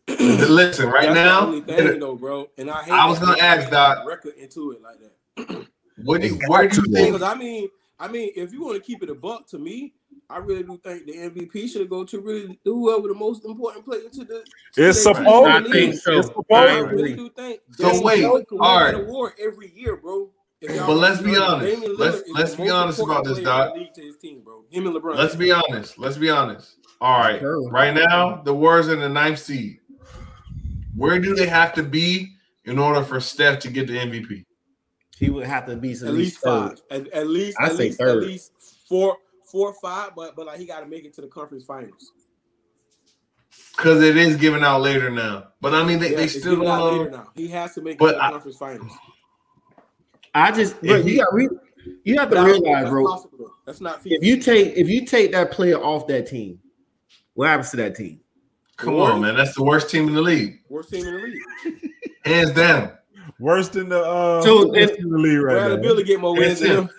S4: Listen, right That's now, the only
S1: thing, though, bro. And I
S4: I was gonna ask Doc
S1: record into it like that.
S4: what do you, where do you think?
S1: I mean, I mean, if you want to keep it a buck to me, I really do think the MVP should go to really whoever the most important player to the.
S2: To it's supposed. I
S4: think so.
S1: It's supposed. I really do think.
S4: So wait, all right.
S1: Award every year, bro.
S4: But let's be honest. Let's let's be honest about this, Doc. Team, let's be honest. Let's be honest. All right. Sure. Right now, the Warriors in the ninth seed. Where do they have to be in order for Steph to get the MVP?
S3: He would have to be at,
S1: at least five. At, at, least I at say least, third. At least four, four or five. But but like he got to make it to the conference finals.
S4: Because it is given out later now. But I mean, they, yeah, they still don't. um, Out
S1: later now. He has to make but it to the I, conference finals.
S3: I just bro, you got re- you have to realize, bro. Possible.
S1: That's not
S3: feasible. if you take if you take that player off that team, what happens to that team?
S4: Come on, man. That's the worst team in the league.
S1: Worst team in the league.
S4: Hands down.
S2: Worse than the uh so, worst
S1: in the league right now. Billy get more wins than him.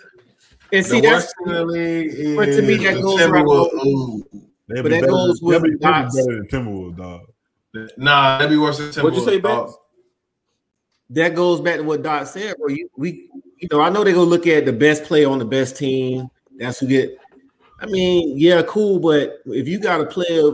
S3: And see, that's in the league but to me that goes right with, but that goes with
S2: they'd be, better than Timberwolves, dog.
S4: Nah, that'd be worse than Timberwolves.
S1: What'd you say, Ben?
S3: that goes back to what Doc said, bro. You, we, you know, I know they go look at the best player on the best team. That's who get. I mean, yeah, cool, but if you got a player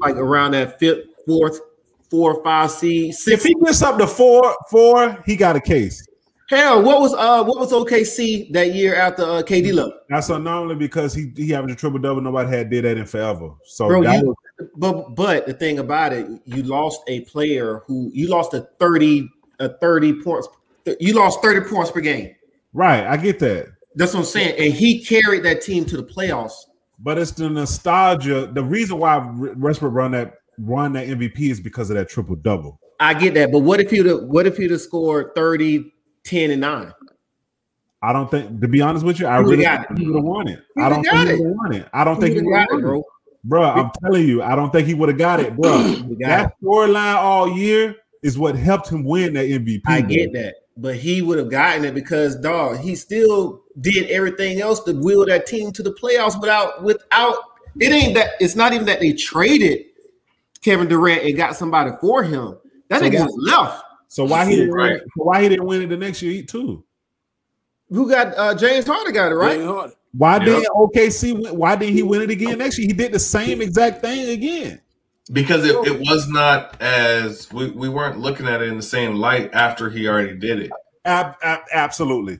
S3: like around that fifth, fourth, four, five seed, six.
S2: If he gets up to four, four, he got a case.
S3: Hell, what was uh what was OKC that year after uh, KD left?
S2: That's anomaly because he he averaged a triple double. Nobody had did that in forever. So
S3: Bro,
S2: Oh, that
S3: you, but but the thing about it, you lost a player who you lost a thirty a thirty points. You lost thirty points per game.
S2: Right, I get that.
S3: That's what I'm saying, and he carried that team to the playoffs.
S2: But it's the nostalgia. The reason why Westbrook run that won that MVP is because of that triple double.
S3: I get that, but what if you what if you'd have scored 30, 10, and nine?
S2: I don't think to be honest with you, I really got would have won it. I don't think he would have won it. I don't think he would have won it, bro. Bro, I'm telling you, I don't think he would have got it, bro. that storyline all year is what helped him win that MVP.
S3: I get that, but he would have gotten it because dog, he still did everything else to wheel that team to the playoffs without without it ain't that it's not even that they traded Kevin Durant and got somebody for him. That so nigga just left.
S2: So why he didn't right. win, why he didn't win it the next year too?
S3: Who got uh, James Harden got it right?
S2: Why yep. didn't OKC win, why didn't he win it again next year? He did the same exact thing again.
S4: Because it, it was not as we, we weren't looking at it in the same light after he already did it.
S2: Ab, ab, absolutely.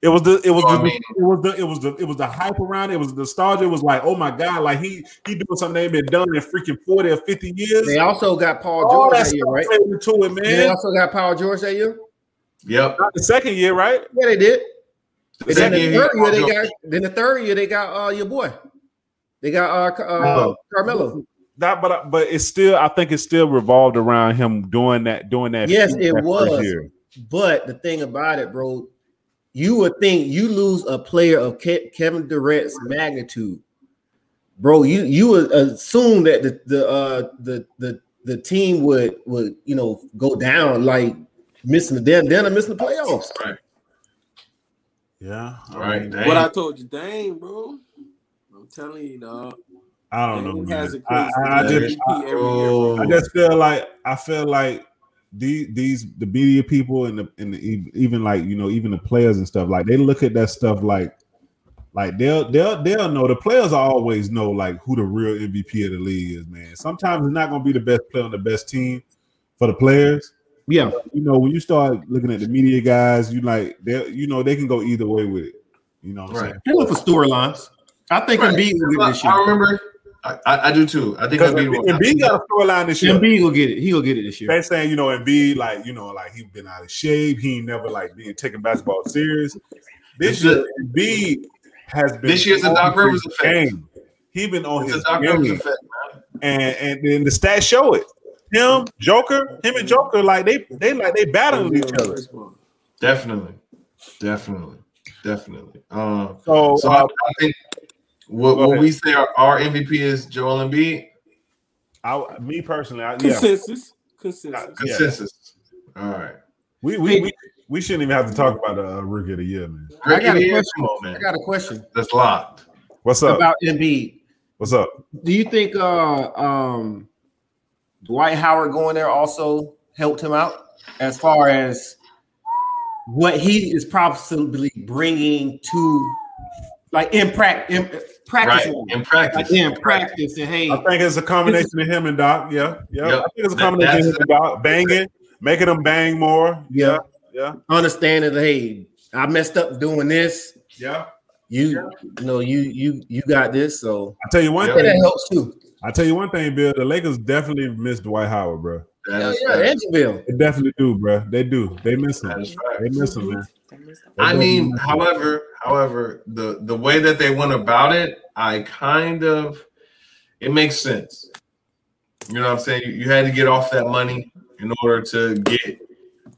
S2: It was the it was, the, it was the it was the it was the hype around it. it was the nostalgia. It was like, oh my god, like he he doing something they ain't been done in freaking forty or fifty years.
S3: They also got Paul All George that, that year, right?
S2: To it, man.
S3: They also got Paul George that year.
S4: Yep,
S2: Not the second year, right?
S3: Yeah, they did. The then the third year they got. Then the third year they got uh your boy. They got uh, uh Carmelo.
S2: That, but but it's still I think it still revolved around him doing that doing that.
S3: Yes, it was. Year. But the thing about it, bro, you would think you lose a player of Ke- Kevin Durant's magnitude, bro. You you would assume that the the uh, the the the team would would you know go down like missing the damn then missing the playoffs.
S4: Right.
S2: Yeah.
S4: All right.
S1: Dang. What I told you, dang, bro. I'm telling you, dog.
S2: I don't Dame know. Man. I, I, I just, I, oh. I just feel like I feel like these these the media people and the and the, even like you know even the players and stuff like they look at that stuff like like they'll they'll they'll know the players always know like who the real MVP of the league is man. Sometimes it's not gonna be the best player on the best team for the players.
S3: Yeah,
S2: you know when you start looking at the media guys, you like they you know they can go either way with it. You know, what right?
S3: I'm saying? for storylines. I think right. Embiid will
S4: get it I remember I, I, do too. I think Embiid,
S2: will, Embiid got a storyline this year.
S3: Embiid will get it. He will get it this year.
S2: They're saying you know Embiid like you know like he been out of shape. He never like being taking basketball serious. This it's year a, Embiid has been.
S4: This year's a Doc Rivers effect. Game.
S2: He been on it's his Doc Rivers effect, man. and and then the stats show it. Him, Joker, him and Joker like they they like they battling each other.
S4: Definitely, definitely, definitely. Um,
S2: so
S3: Oh,
S4: so uh, I think what, what we say our, our, MVP is Joel Embiid?
S2: uh, I, me personally, I, yeah.
S1: consensus, consensus,
S4: consensus. Yeah. All right,
S2: we we, we we shouldn't even have to talk about a uh, rookie of the year, man.
S3: I got a question. On, man. I got a question.
S4: That's locked.
S2: What's up
S3: about Embiid?
S2: What's up?
S3: Do you think uh, um, Dwight Howard going there also helped him out as far as what he is possibly bringing to like in, pra- in practice,
S4: right. in practice,
S3: like in practice, and hey,
S2: I think it's a combination of him and Doc. Yeah, yeah, yep. I think it's a combination that, of Doc banging, making them bang more.
S3: Yeah,
S2: yeah,
S3: understanding. Hey, I messed up doing this.
S2: Yeah,
S3: you, yeah. you know, you you you got this. So
S2: I tell you one
S3: yeah. thing that helps too.
S2: I tell you one thing, Bill. The Lakers definitely missed Dwight Howard, bro.
S3: Hell yeah, Edgeville.
S2: They definitely do, bro. They do. They miss him. Right. They miss him, man.
S4: I mean, however, however, the the way that they went about it, I kind of it makes sense. You know what I'm saying? You, you had to get off that money in order to get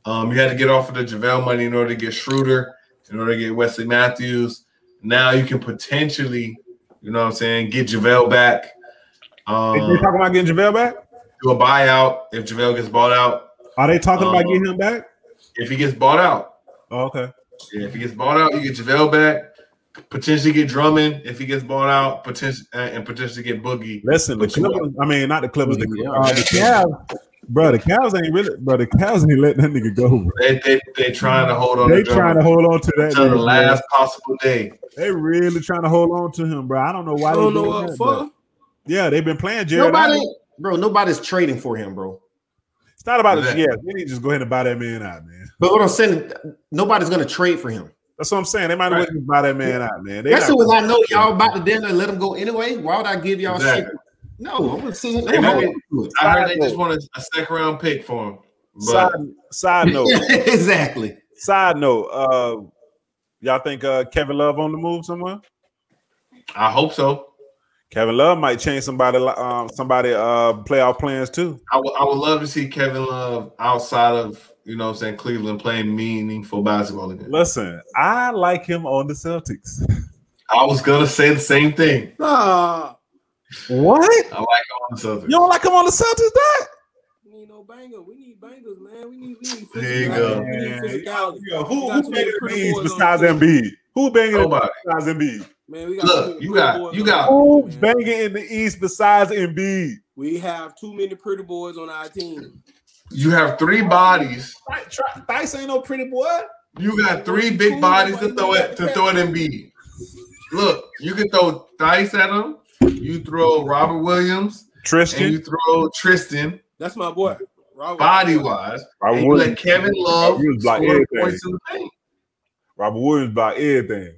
S4: um, you had to get off of the JaVale money in order to get Schroeder, in order to get Wesley Matthews. Now you can potentially, you know what I'm saying, get JaVale back.
S2: Um, they talking about getting JaVale back?
S4: do a buyout if JaVale gets bought out.
S2: Are they talking um, about getting him back?
S4: If he gets bought out.
S2: Oh, okay.
S4: Yeah, if he gets bought out, you get JaVale back. Potentially get Drummond if he gets bought out, potentially and potentially get Boogie.
S2: Listen, the Clippers, I mean not the Clippers, the, uh, the Cavs, bro. The Cavs ain't really, bro. The Cavs ain't letting that nigga go. Bro.
S4: They, they they trying to hold on.
S2: They Oh, trying to hold on to that
S4: until the last possible day.
S2: They really trying to hold on to him, bro. I don't know why. I
S1: don't know what for.
S2: Yeah, they've been playing Jared.
S3: Nobody, bro. Nobody's trading for him, bro.
S2: It's not about exactly. yeah. They need to just go ahead and buy that man out, man.
S3: But what I'm saying, nobody's gonna trade for him.
S2: That's what I'm saying. They might right. just buy that man out, man. They
S3: That's what I know. Y'all about to dinner and let him go anyway. Why would I give y'all exactly. shit? No, I'm gonna see. Hey,
S4: I heard side they note. just wanted a second round pick for him.
S2: But... Side, side note,
S3: exactly.
S2: Side note, uh, y'all think uh, Kevin Love on the move somewhere?
S4: I hope so.
S2: Kevin Love might change somebody, um, somebody uh, playoff plans too.
S4: I, w- I would love to see Kevin Love outside of you know, I'm saying Cleveland playing meaningful basketball again.
S2: Listen, I like him on the Celtics.
S4: I was gonna say the same thing.
S2: Uh, what?
S4: I like on the Celtics.
S2: You don't like him on the Celtics, That
S1: We need no banger. We need bangers, man. We need. We need
S4: there you go. Man.
S2: Yeah. Who, who banging the beans besides Embiid? Oh Who banging Nobody. the besides Embiid?
S1: Man, we got
S4: look. You got. You got.
S2: Who man. banging in the East besides Embiid?
S1: We have too many pretty boys on our team.
S4: You have three bodies.
S3: Dice ain't no pretty boy.
S4: You got three big bodies to throw it to throw it in B. Look, you can throw Dice at him. You throw Robert Williams,
S2: Tristan.
S4: you throw Tristan.
S1: That's my boy. Robert.
S4: Body wise, Robert you let Kevin Love
S2: block everything. Robert Williams block everything.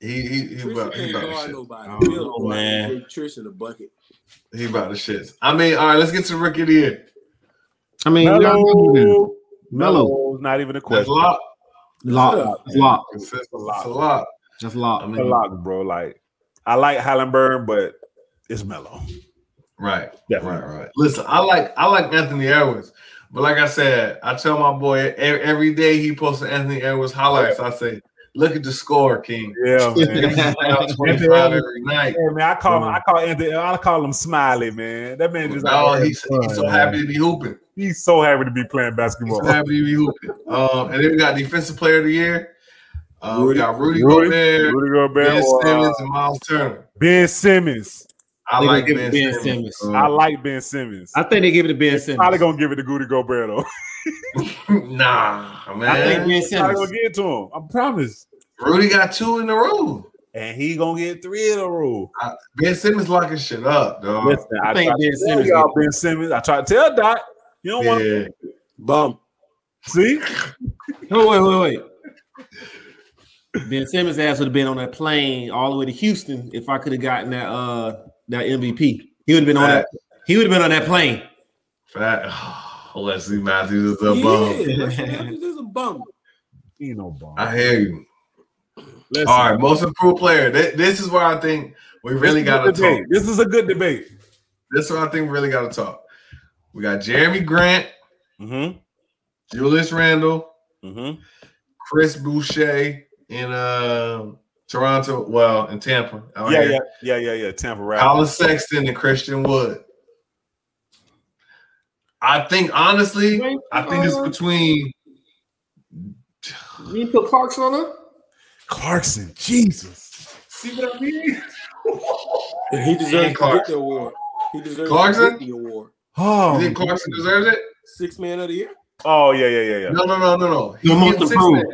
S4: He he he Tristan about, he about
S1: shit. Nobody. Oh, Bill, man. Tristan a bucket.
S4: He about the shit. I mean, all right, let's get to rookie of the year.
S3: I mean,
S2: Mellow, Mellow, not even a question. That's
S4: lock.
S3: Lock. It's lock.
S4: It's a lock. It's a lock.
S3: That's lock.
S2: I mean, a lock, bro. Like, I like Hallenberg, but it's Mellow.
S4: Right. Definitely. Right. Right. Listen, I like I like Anthony Edwards, but like I said, I tell my boy every, every day he posts Anthony Edwards highlights. I say. Look at the score, King.
S2: Yeah, man.
S4: every night.
S2: Yeah, man. I call him. I call Anthony. I call him Smiley, man. That man just.
S4: Oh, no, he's, he's so happy to be hooping
S2: he's so happy to be playing basketball.
S4: He's happy to be hooping. Um, and then we got defensive player of the year. Um, Rudy, we got Rudy, Rudy Gobert,
S2: Rudy Gobert, uh,
S4: Ben Simmons, and Miles Turner.
S2: Ben Simmons.
S4: I like ben, ben, Simmons. Simmons.
S2: Um, I like Ben Simmons.
S3: I think they give it to Ben Simmons.
S2: Probably gonna give it to Rudy Gobert though.
S4: nah, man.
S3: I think Ben Simmons. I'm
S2: gonna get to him. I promise.
S4: Rudy got two in a row
S2: and he gonna get three in a row.
S4: Uh, ben Simmons locking shit up, dog.
S2: Listen, I, I think Ben Simmons. Y'all Ben Simmons. I try to tell Doc, you don't want
S4: yeah.
S2: to bum. See?
S3: no, wait, wait, wait. ben Simmons asked would have been on that plane all the way to Houston if I could have gotten that uh that MVP. He would have been Fact. on that. He would have been on that plane.
S4: Fact. Oh, Leslie Matthews is a yeah, bum.
S1: Leslie Matthews is a bum.
S2: He no bum.
S4: I hear you. Listen, All right, most improved player. This, this, is where I think we really got to talk.
S2: This is a good debate.
S4: This is where I think we really got to talk. We got Jeremy Grant,
S2: mm-hmm.
S4: Julius Randle,
S2: mm-hmm.
S4: Chris Boucher in uh, Toronto, well, in Tampa.
S2: Yeah, here. yeah, yeah, yeah, yeah. Tampa, right?
S4: Colin Sexton and Christian Wood. I think, honestly, I think it's between.
S3: You put Clarkson on him?
S2: Clarkson, Jesus.
S4: See what I mean?
S1: and he deserves Clarkson. the award. He deserves
S4: Clarkson?
S1: the award.
S2: Oh,
S4: you think Clarkson deserves it?
S1: Six man of the year.
S2: Oh yeah, yeah, yeah, yeah.
S4: No, no, no, no, no.
S3: He's most improved.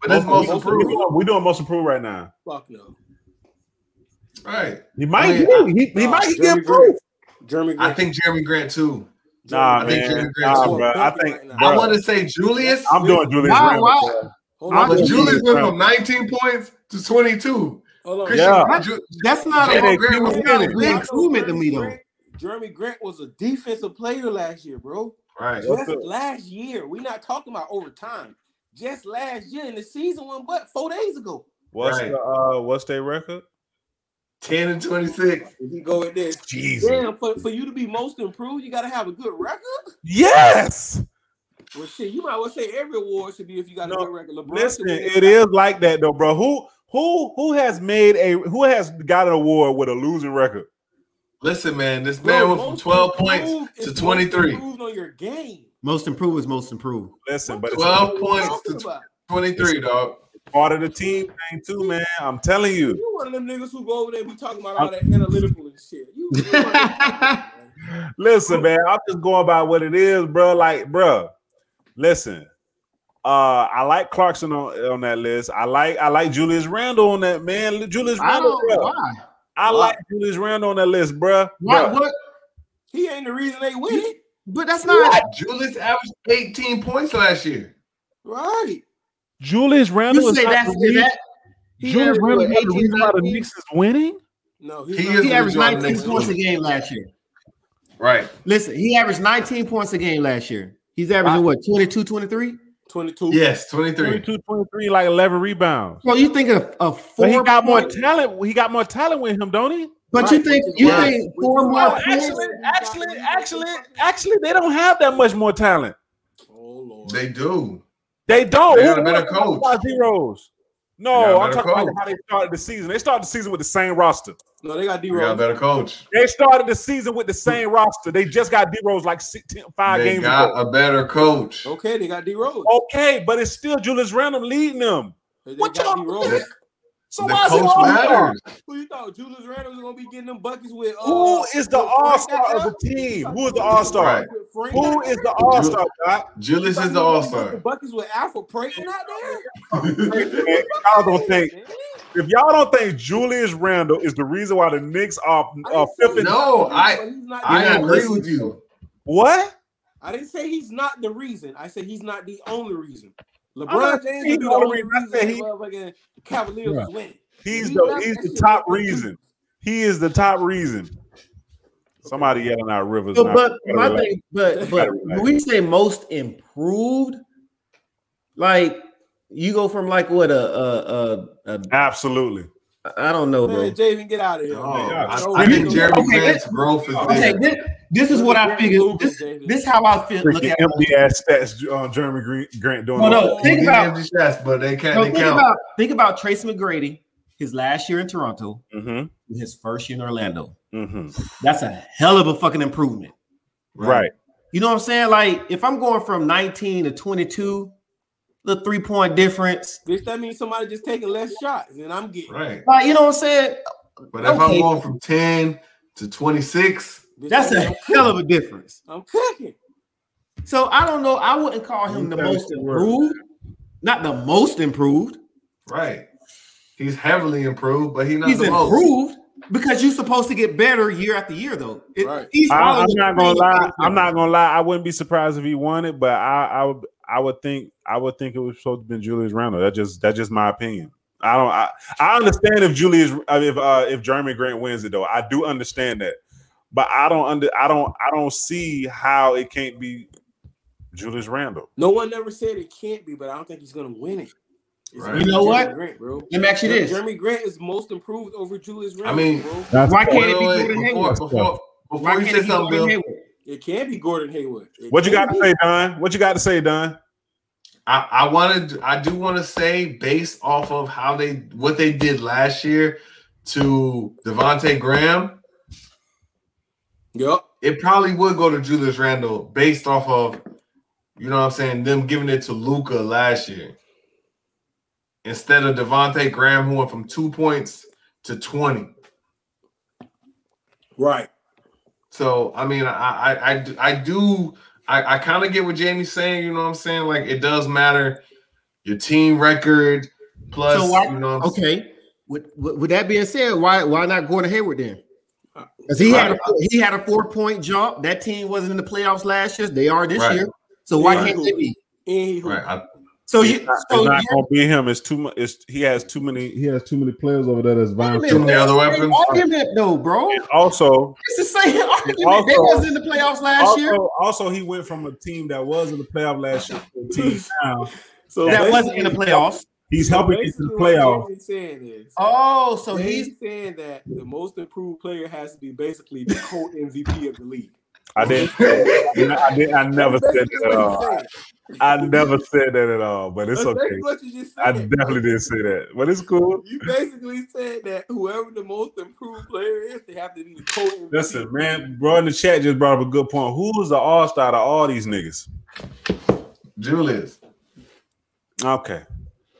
S4: But that's most, most improved.
S2: improved. We're doing most improved right now.
S1: Fuck no.
S4: All right.
S2: He might. I mean, he, he uh, might Jeremy get improved.
S1: Jeremy. Grant.
S4: I think Jeremy Grant too.
S2: Nah, I man. Think Jeremy Grant nah, too. Bro. I think. Bro.
S4: I want to say Julius.
S2: I'm doing Julius.
S3: Wow, wow.
S4: Hold on, but Julius went from 19 points to 22.
S1: Hold on.
S4: Christian,
S2: Yeah.
S4: Grant- Ju-
S3: That's not
S4: Yeah,
S3: a
S4: they
S3: great
S4: keep winning.
S3: improvement to me though.
S1: Grant, Jeremy Grant was a defensive player last year, bro.
S4: right.
S1: Just last year. We're not talking about overtime. Just last year, and the season went but four days ago.
S2: What's
S4: Right.
S2: the uh, what's their record?
S4: 10 and 26.
S1: If you go with this,
S2: Jesus.
S1: damn, for, for you to be most improved, you got to have a good record.
S2: Yes.
S1: Well, shit, you might well say every award should be if you got a
S2: No,
S1: good record. LeBron
S2: Listen,
S1: should be-
S2: it is like that though, bro. Who who who has made a who has got an award with a losing record?
S4: Listen, man, this
S1: Bro,
S4: man went from
S1: most
S4: 12 points
S1: improved is
S4: to
S1: most
S4: 23.
S1: improved on your game.
S3: Most improved is most improved.
S2: Listen, but it's
S1: What
S4: Twelve
S1: the fuck you
S4: points
S1: talking
S4: to-
S1: about?
S4: 23, dog.
S2: part of the team thing too, man. I'm telling you.
S1: You one of them niggas who go over there and be talking about all that analytical and shit. You, you one of them-
S2: Listen, man, I'm just going by what it is, bro. Like, bro, listen. Uh, I like Clarkson on, on that list. I like I like Julius Randle on that man. Julius
S3: I
S2: Randle,
S3: don't
S2: bro.
S3: why.
S2: I like Julius Randle on that list, bro.
S3: Why what
S1: He ain't the reason they winning.
S3: But that's not
S4: yeah. Julius averaged 18 points last year.
S1: Right.
S2: Julius Randle
S3: You
S2: is
S3: say
S2: not
S3: that's
S2: the reason-
S3: that. he
S2: Julius
S3: averaged, what,
S2: Randle is not the
S3: 18,
S2: reason why the
S3: 19?
S2: Knicks is winning.
S1: No,
S4: He
S1: not-
S4: is
S3: He
S4: the
S3: averaged
S4: majority
S3: 19
S4: next
S3: points a
S4: week.
S3: game last year.
S4: Right.
S3: Listen, he averaged 19 points a game last year. He's averaging what 22, 23?
S1: 22.
S4: Yes, 23.
S2: 22, 23, like 11 rebounds.
S3: Bro, you think of a four
S2: But he got more
S3: point-
S2: talent. He got more talent with him, don't he?
S3: But you
S1: Right.
S3: think you
S4: Right.
S3: think four
S1: Well,
S3: more
S2: Well,
S1: Well,
S3: points?
S2: actually, actually, actually, actually, they don't have that much more talent.
S1: Oh Lord.
S4: They do.
S2: They don't.
S4: They got a
S2: Who-
S4: better
S2: who talking
S4: coach.
S2: about zeros.
S4: They got
S2: No,
S4: a
S2: I'm
S4: better
S2: talking
S4: coach.
S2: about how they started the season. They started the season with the same roster.
S1: no, they got D
S4: We got a
S1: Rose.
S4: better coach.
S2: They started the season with the same roster. They just got D Rose like six, ten, five
S4: They
S2: games
S4: got
S2: ago.
S4: a better coach.
S1: Okay, they got D Rose.
S4: Oh,
S2: Okay, but it's still Julius Randle leading them.
S1: They
S2: What
S1: got
S2: y'all-
S1: D Rose.
S2: So
S4: The
S2: why is it
S4: coach
S2: all
S4: matters.
S1: Who you thought Julius Randle was gonna be getting them buckets with? Uh,
S2: Who is the
S1: with Frank
S2: all star of
S1: Kyle?
S2: the team? Who is the all star?
S4: Right.
S1: With Frank
S2: Who
S1: Kyle?
S2: is the all star?
S4: Julius
S1: You
S4: is the
S1: thought
S4: all
S1: he was gonna get the
S4: star.
S1: Buckets with Alpha Prayton out there.
S2: Y'all don't think if y'all don't think Julius Randle is the reason why the Knicks are, are uh, fifth and
S4: No, I-
S1: But he's not the
S4: I
S1: only
S4: agree
S1: reason.
S4: with you.
S2: what?
S1: I didn't say he's not the reason. I said he's not the only reason.
S2: not
S1: LeBron
S2: saying
S1: James
S2: he's
S1: is the only
S2: I
S1: reason
S2: said
S1: the
S2: he-
S1: motherfucking Cavaliers
S2: Yeah.
S1: is winning.
S2: He's
S1: He's
S2: the
S1: not-
S2: he's the top reason. He is the top reason. Somebody yelling out Rivers.
S3: So,
S2: now.
S3: but my
S2: Relax.
S3: thing, but but when we say most improved, like you go from like what a a a, a
S2: Absolutely.
S3: I don't know, bro.
S1: Man, Javen, get out of here.
S4: No,
S1: man.
S2: I-
S4: I think
S1: Okay,
S4: Jeremy
S3: okay,
S4: Grant's growth is
S3: Okay,
S4: there.
S3: this, this is
S1: Look
S3: what
S1: at
S3: I
S1: Jeremy
S3: figured.
S1: Lucas,
S3: This,
S1: Javen.
S3: this how I feel. Look
S2: Freaking
S3: at
S2: empty ass stats. Um, Jeremy Green, Grant doing.
S3: No,
S2: all-
S3: no. Think
S4: He didn't
S3: about-
S4: have the shots, but they
S3: so
S4: can't. They
S3: think
S4: count.
S3: about think about Trace McGrady, his last year in Toronto,
S2: Mhm,
S3: his first year in Orlando.
S2: mhm.
S3: That's a hell of a fucking improvement.
S2: Right.
S3: You know what I'm saying? Like if I'm going from 19 to 22, the three point difference.
S1: Bitch, that means somebody just taking less shots, and I'm getting.
S4: Right.
S3: Like you know what I'm saying?
S4: But if I'm
S3: Okay.
S4: going from 10 to 26,
S1: Bitch,
S3: That's
S1: that
S3: a
S1: means
S3: hell of a difference.
S1: I'm, I'm cooking.
S3: So I don't know. I wouldn't call him the
S2: Okay.
S3: most improved. Not the most improved.
S4: right. He's heavily improved, but he's not
S3: He's
S4: the most.
S3: improved because you're supposed to get better year after year, though. It-
S1: Right.
S3: he's
S2: I,
S3: probably
S2: am
S3: the
S2: not gonna
S3: same
S2: lie.
S3: player.
S2: I'm not gonna lie. I wouldn't be surprised if he won it, but I, I would, I would think, I would think it was supposed to be Julius Randle. That just, that's just my opinion. I don't. I, I understand if Julius, I mean, if uh, if Jeremy Grant wins it though, I do understand that, but I don't under, I don't, I don't see how it can't be Julius Randle.
S1: No one ever said it can't be, but I don't think he's gonna win it. It's
S4: Right.
S1: gonna
S3: You know
S1: be
S3: what?
S1: Jeremy Grant, bro.
S3: Let me ask you this.
S1: Jeremy Grant is most improved over Julius Randle.
S4: mean-
S1: bro.
S3: Why can't it be
S4: Wait,
S3: Gordon
S4: wait, before,
S3: Hayward?
S4: before,
S3: Why
S4: before
S3: can't
S4: you
S3: it
S4: say
S3: be
S4: something,
S3: Gordon
S4: Bill,
S3: Hayward?
S1: it can be Gordon Hayward. It
S2: What you
S1: can
S2: got to
S1: be.
S2: say, Don? What you got to say, Don?
S4: I, I wanted I do want to say based off of how they what they did last year to Devonte Graham,
S1: Yup.
S4: it probably would go to Julius Randle based off of you know what I'm saying, them giving it to Luca last year. Instead of Devonte Graham, who went from two points to 20.
S1: Right.
S4: So I mean, I I I, do- I do I, I kind of get what Jamie's saying. You know what I'm saying? Like it does matter your team record plus
S3: So why-
S4: you know. What I'm
S3: Okay. With, with, with that being said, why why not Gordon Hayward then?
S2: Uh,
S3: Because he had a, he had a four point jump. That team wasn't in the playoffs last year. They are this
S4: Right.
S3: year. So why
S1: Right.
S3: can't they be?
S1: And he
S4: Right. I,
S3: So you
S2: it's
S3: so
S2: not
S3: you're-
S2: gonna be him. It's too much. It's he has too many. He has too many players over there that's
S3: Wait
S2: vying.
S3: a
S4: too
S2: for
S3: minute.
S4: many other
S3: same
S4: weapons.
S3: argument though, bro.
S2: And also,
S3: It's the same argument. they
S2: also-
S3: wasn't in the playoffs last year.
S2: also, also, he went from a team that was in the playoff last year to a team now.
S1: so
S3: That wasn't in the playoffs.
S2: He's helping get to the playoffs.
S1: Saying is,
S3: Oh, so he's
S1: he's saying that the most improved player has to be basically the co MVP of the league.
S2: I didn't. I did. I never
S1: That's
S2: said
S1: basically
S2: that at
S1: what
S2: all.
S1: you said.
S2: I never said that at all. But it's
S1: That's
S2: okay.
S1: basically what you just said.
S2: I definitely didn't say that. But it's cool.
S1: You basically said that whoever the most improved player is, they have to be the co MVP.
S2: Listen, man, bro in the chat just brought up a good point. Who is the all star to all these niggas?
S4: Julius,
S2: Okay.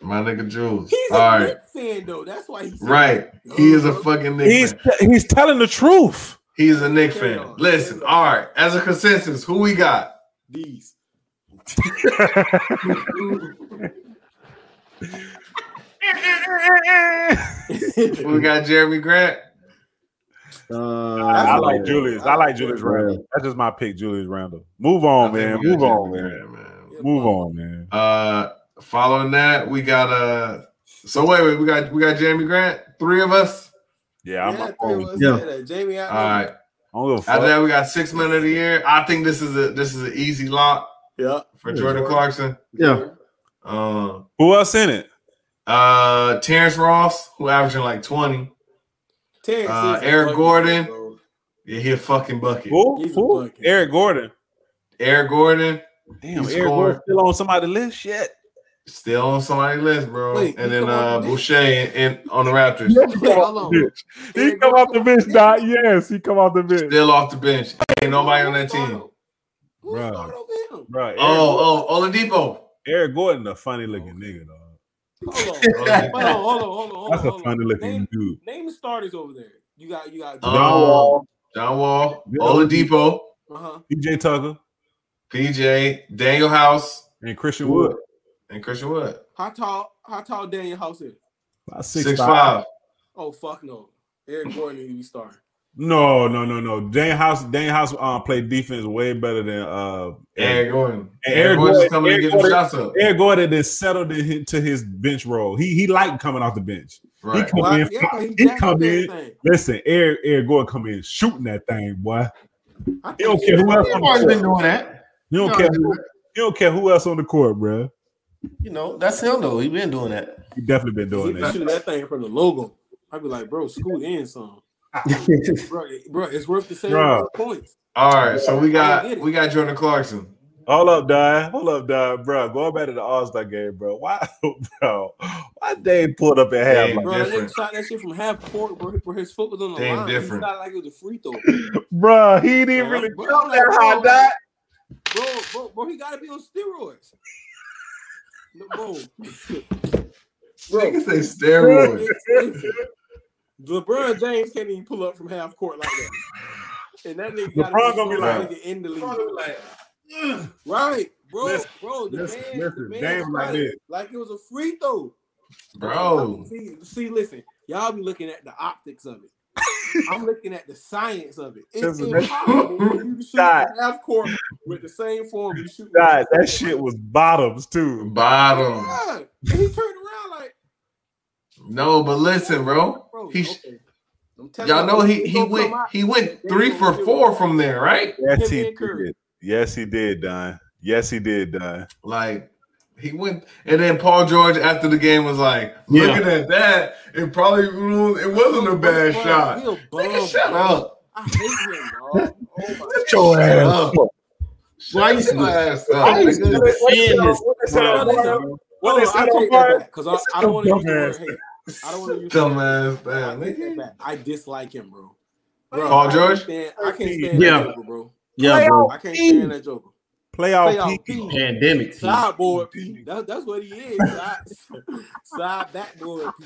S4: my nigga Jules.
S1: He's a
S4: All right.
S1: right. fan though. That's why he's
S4: Right. He is a fucking
S2: He's
S4: Knicks fan.
S2: he's telling the truth.
S4: He's a Knicks
S1: Carry
S4: fan.
S1: on.
S4: Listen, all right. As a consensus, who we got?
S1: These.
S4: We got Jeremy Grant.
S2: Uh, I, I, like Julius. I like Julius Randle. That's just my pick, Julius Randle. Move on, man. Move on, man. There, man. Move on, man.
S4: Uh, following that, we got uh. So wait, wait, we got we got Jamie Grant. Three of us.
S2: Yeah, yeah
S1: I'm yeah. yeah. Jamie.
S4: All right. After that, we got six men of the year. I think this is a this is an easy lock.
S1: Yeah.
S4: For Jordan Clarkson.
S3: Yeah.
S4: Um.
S2: Who else in it?
S4: Uh, Terrence Ross, who averaging like twenty.
S1: Terrence.
S4: Uh, Eric Gordon. Bucket, yeah, he a fucking bucket.
S2: Who? who? Bucket. Eric Gordon.
S4: Eric Gordon.
S2: Damn, He's Eric scored. Gordon still on somebody's list. Shit.
S4: Still on somebody's list, bro. Wait, and then uh Boucher and, and, on the Raptors.
S2: he Oh, Eric come off the bench, Dot. Yes, he come off the bench.
S4: Still off the bench. Ain't nobody on that team.
S2: Bro. Bro.
S4: Oh, oh, Oladipo.
S2: Eric Gordon, a funny looking nigga, though.
S1: Hold
S4: Oh.
S1: on, hold on, hold on, hold on, hold
S2: That's
S1: on,
S2: a funny looking
S1: name,
S2: dude.
S1: Name the starters over there. You got you got
S4: John um, Wall, John Wall, Oladipo,
S1: uh-huh.
S2: PJ Tucker,
S4: PJ, Daniel House,
S2: and Christian Wood.
S4: And Christian Wood.
S1: How tall? How tall Daniel House is?
S2: About six, six five. five.
S1: Oh fuck no! Eric Gordon need to be starting.
S2: No, no, no, no. Dan House, Dan House uh, played defense way better than uh,
S4: Eric Gordon.
S2: Eric, Eric Gordon, Eric, Gordon, Eric Gordon is settled in, to his bench role. He he liked coming off the bench. Right. He come well, in, yeah, he, he come in. Thing. Listen, Eric Eric Gordon come in shooting that thing, boy. I he don't care who else.
S3: On the been doing that.
S2: You don't no, care. Who, you don't care who else on the court, bro.
S3: You know that's him though. He been doing that.
S2: He definitely been doing
S1: he
S2: that.
S1: Shooting that thing from the logo. I'd be like, bro, scoot in some. bro, bro, it's worth the same bro. points.
S4: All right, so we got we got Jordan Clarkson.
S2: Hold up, die. Hold up, die, bro. Going back to the All Star game, bro. Why, bro? Why they pulled up at half?
S1: Like bro, different. they shot that shit from half court, bro. Where his foot was on the Damn line. Different. He shot like it was a free throw.
S2: bro, he didn't bro, really bro, jump that high, die.
S1: Bro, bro, bro, he gotta be on steroids. No, bro,
S4: bro, I can say steroids.
S1: LeBron James can't even pull up from half court like that. And that nigga got LeBron gonna be like in the league. Right, bro, listen, bro. The listen, man, listen, the man like, it, like it was a free throw.
S4: Bro.
S1: See, see, listen, y'all be looking at the optics of it. I'm looking at the science of it. It's impossible you shoot half court with the same form you shoot.
S2: God, that court. shit was bottoms too.
S4: Bottoms.
S1: Yeah. And he turned around like
S4: no, but listen, bro. He, okay. y'all know he he went he went three for four from there, right?
S2: Yes, he did. Yes, he did, Don. Yes, he did, Don.
S4: Like he went, and then Paul George after the game was like, looking yeah. at that, it probably it wasn't a bad bro, shot. Bum, Nigga, shut bro. up. I hate him,
S2: bro. Oh Get your ass up.
S4: Why you ass up? I used
S1: to what is that? Because I, I don't want to use the word hate. I don't want to use
S4: dumbass man.
S1: Nigga. I dislike him, bro.
S4: bro Paul George.
S1: Stand, I can't stand yeah. that Joker, bro. Yeah,
S3: bro.
S1: I can't stand that Joker.
S2: Playoff, Playoff P.
S3: P. Pandemic P.
S1: Sideboard P. That, that's what he is. Side, side backboard P.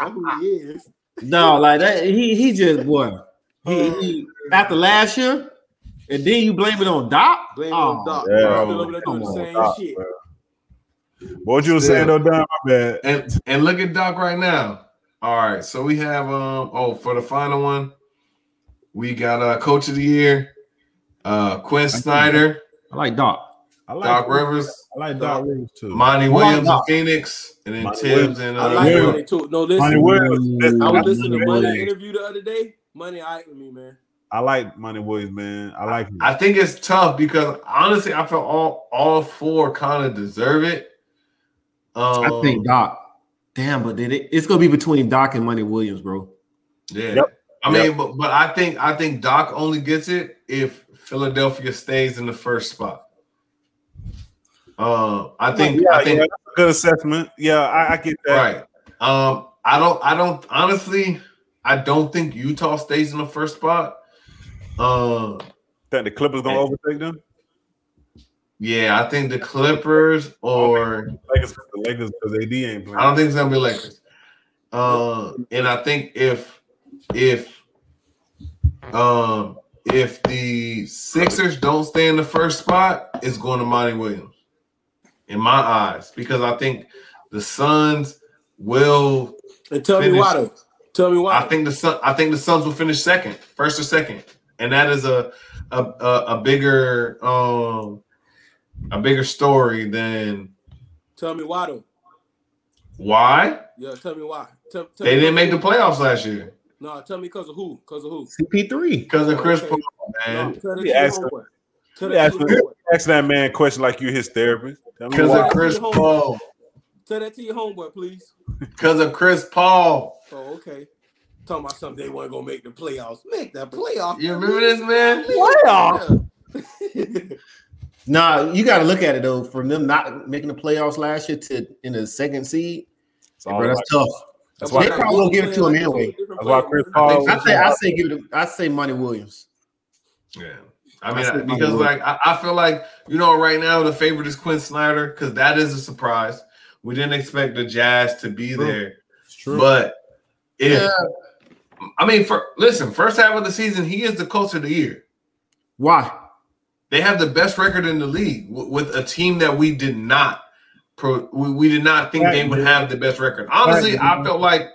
S1: That's who he is.
S3: No, like that. He he just what he,
S2: Uh.
S3: he after last year, and then you blame it on Doc.
S1: Blame oh, on Doc. Yeah, bro. Still over there doing the same Doc, shit. Bro.
S2: What you were saying though, Don? My bad.
S4: And and look at Doc right now. All right, so we have um oh for the final one, we got uh coach of the year, uh Quinn Snyder.
S3: I like Doc.
S4: I like Doc Rivers.
S2: I like Doc Rivers too.
S4: Monty Williams like in Phoenix, and then Monty Tibbs Williams. and uh, I
S1: like Monty too. No, listen, Monty Williams. I was listening to Money interview the other day. Money eyed me, man.
S2: I like Money Williams, man. I like him.
S4: I think it's tough because honestly, I feel all all four kind of deserve it.
S3: Um, I think Doc. Damn, but it, it's gonna be between Doc and Money Williams, bro.
S4: Yeah, yep. I mean, yep. but but I think I think Doc only gets it if Philadelphia stays in the first spot. Um, I think
S2: yeah,
S4: I think yeah,
S2: good assessment. Yeah, I, I, get that.
S4: Right. Um, I don't. I don't. Honestly, I don't think Utah stays in the first spot. Um,
S2: that the Clippers gonna and, overtake them.
S4: Yeah, I think the Clippers or
S2: Lakers, the Lakers because AD ain't playing.
S4: I don't think it's gonna be Lakers. Uh, and I think if if um if the Sixers don't stay in the first spot, it's going to Monty Williams in my eyes because I think the Suns will.
S1: And tell finish. me why though. Tell me why.
S4: I think the Sun, I think the Suns will finish second, first or second, and that is a a a, a bigger um a bigger story than
S1: Tell me why though.
S4: why
S1: Yeah, tell me why. Tell, tell
S4: they
S1: me
S4: didn't make the playoffs last year
S1: No, tell me because of who? Because of who?
S3: CP3.
S4: because of Chris
S1: Okay.
S4: Paul,
S1: No,
S4: man.
S1: tell the
S2: He
S1: team
S2: asked
S1: on
S2: him.
S1: what. Tell
S2: He
S1: the
S2: asked
S1: team on
S2: him.
S1: what.
S2: Ask that man question like you his therapist. Tell me
S4: Because
S2: why.
S4: of Chris Paul.
S1: Tell that to your homeboy, please.
S4: Because of Chris Paul.
S1: Oh, okay. Talking about something they weren't gonna make the playoffs. Make the playoffs.
S4: You remember this, man?
S1: Playoff.
S3: Nah, you got to look at it though. From them not making the playoffs last year to in the second seed,
S2: It's all
S3: bro, that's
S2: right.
S3: tough.
S2: That's
S3: They
S2: why.
S3: probably won't give it to him anyway.
S2: That's why Chris
S4: I
S2: Paul.
S4: think-
S3: I say, I say, give it. I say, Monty Williams.
S4: Yeah. I mean,
S3: That's
S4: I-
S3: the-
S4: because like I, I feel like you know, right now the favorite is Quinn Snyder because that is a surprise. We didn't expect the Jazz to be
S2: True.
S4: there,
S2: It's true.
S4: but if I mean, for listen, first half of the season, he is the coach of the year.
S3: Why?
S4: They have the best record in the league w- with a team that we did not pro, we, we did not think they would have the best record. Honestly, I felt like,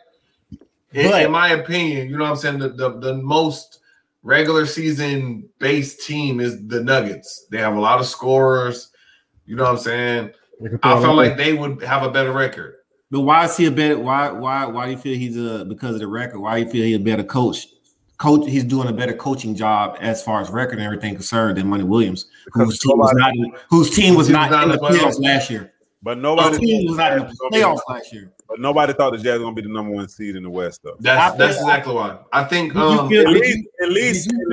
S4: in,
S3: But-
S4: in my opinion, you know what I'm saying, the, the, the most regular season based team is the Nuggets. They have a lot of scorers. You know what I'm saying?
S2: They can throw
S4: I
S2: him
S4: felt
S2: in.
S4: like they would have a better record.
S3: But why is he a better? Why? Why? Why do you feel he's a because of the record? Why do you feel he's a better coach? Coach, he's doing a better coaching job as far as record and everything concerned than Monty Williams, whose
S2: Because
S3: team was not in, whose team was
S4: Whose
S3: not
S4: team was
S3: in the
S4: not in the playoffs.
S3: playoffs last year.
S2: but
S3: His
S2: nobody.
S3: team was not in the playoffs last year.
S2: But nobody thought the Jazz were gonna be the number one seed in the West though.
S4: That's
S3: I
S4: that's
S3: feel-
S4: exactly why. I think
S3: You
S4: um,
S3: feel-
S2: At
S3: Did you-
S2: least, at least,
S3: Did you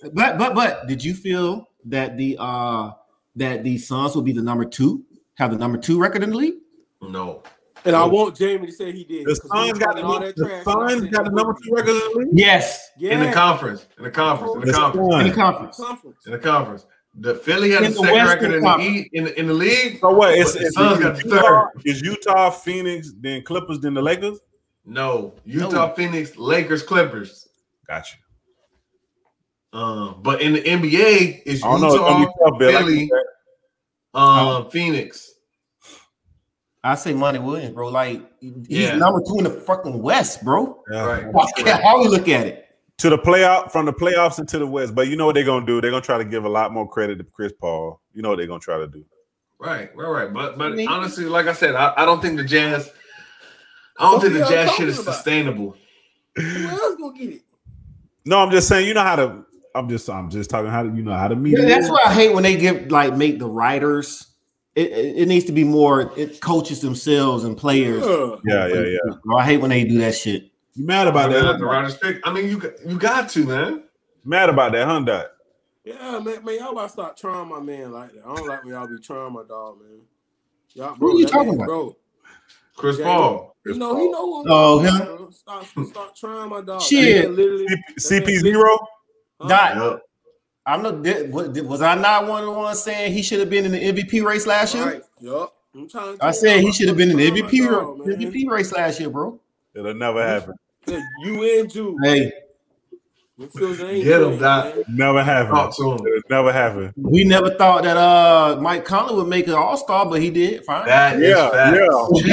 S3: feel, but but but did you feel that the uh that the Suns will be the number two, have the number two record in the league?
S4: no.
S1: And I want Jamie to say he did.
S2: the
S1: 'cause he
S2: Suns
S1: was
S2: got
S1: talking all
S2: the,
S1: that
S2: the
S1: trash, and I
S2: Suns
S1: said,
S2: got the number two record in the league.
S3: Yes,
S1: Yeah.
S4: In the conference, in the conference, in the
S2: The
S4: conference,
S3: in the
S2: Suns.
S3: conference.
S1: conference.
S4: in the conference. The Philly had
S3: In
S4: the
S3: the
S4: second
S3: Western
S4: record in the,
S3: Conference.
S4: e, in, the- in the league.
S2: So what? It's,
S4: But the
S2: it's,
S4: Suns
S2: either
S4: got the
S2: Utah, it's Utah, Phoenix, then Clippers, then the Lakers.
S4: No, Utah, Phoenix, Lakers, Clippers.
S2: Gotcha.
S4: Um, but in the NBA, it's
S2: I don't know. It's
S4: Utah,
S2: gonna be tough, Bill. I
S4: Philly,
S2: think that-
S4: um, Phoenix.
S3: I say Monty Williams, bro. Like he's
S4: Yeah.
S3: number two in the fucking West, bro.
S2: yeah.
S4: Right.
S3: How we look at it?
S2: To the playoff, from the playoffs into the West. But you know what they're gonna do? They're gonna try to give a lot more credit to Chris Paul. You know what they're gonna try to do.
S4: Right, right, right. But but
S3: Maybe.
S4: honestly, like I said, I, I don't think the Jazz. I don't
S1: What
S4: think
S1: we
S4: the
S1: all
S4: Jazz shit is
S1: talking about?
S4: sustainable.
S1: Who else gonna get it?
S2: No, I'm just saying. You know how to. I'm just. I'm just talking how to. You know how to meet.
S3: Yeah, that's why I hate when they give like make the writers. It, it, it needs to be more it coaches themselves and players.
S1: Yeah.
S2: Yeah, yeah, yeah.
S3: Bro, I hate when they do that shit.
S2: You mad about
S4: I mean, that's the
S2: that?
S4: Rodgers pick. I mean, you got- you got to man.
S2: Mad about that, huh? Dot?
S1: Yeah, man, man, y'all about to start trying my man like that. I don't like when y'all be trying my dog, man. Y'all, bro,
S3: Who you
S1: that
S3: talking
S1: man,
S3: about?
S1: Bro,
S4: Chris
S1: Yeah,
S4: Paul.
S1: you
S4: Chris
S1: know,
S4: Paul.
S1: he know who I'm
S3: Oh,
S1: talking
S3: him?
S1: about, bro. Stop, stop trying my dog.
S3: Shit.
S1: That man literally,
S2: CP zero.
S1: huh?
S3: Dot.
S4: Yup.
S3: I'm not. Did, what, did, was I not one of the ones saying he should have been in the MVP race last year?
S1: Right. Yup. I'm trying to
S3: I
S1: tell
S3: said
S1: y'all,
S3: he should have been in the
S1: I'm trying
S3: MVP
S1: my
S3: ra-
S1: dog, man.
S3: MVP race last year, bro.
S2: It'll never happen.
S1: Yeah, You and Jude.
S3: Hey,
S1: Them feels ain't
S4: Get 'em,
S1: good,
S4: Dot.
S1: man.
S2: Never happen.
S4: Talk to him.
S2: It'll never happen.
S3: we never thought that uh Mike Conley would make an All Star, but he did. Fine.
S4: That is
S2: Yeah,
S4: facts.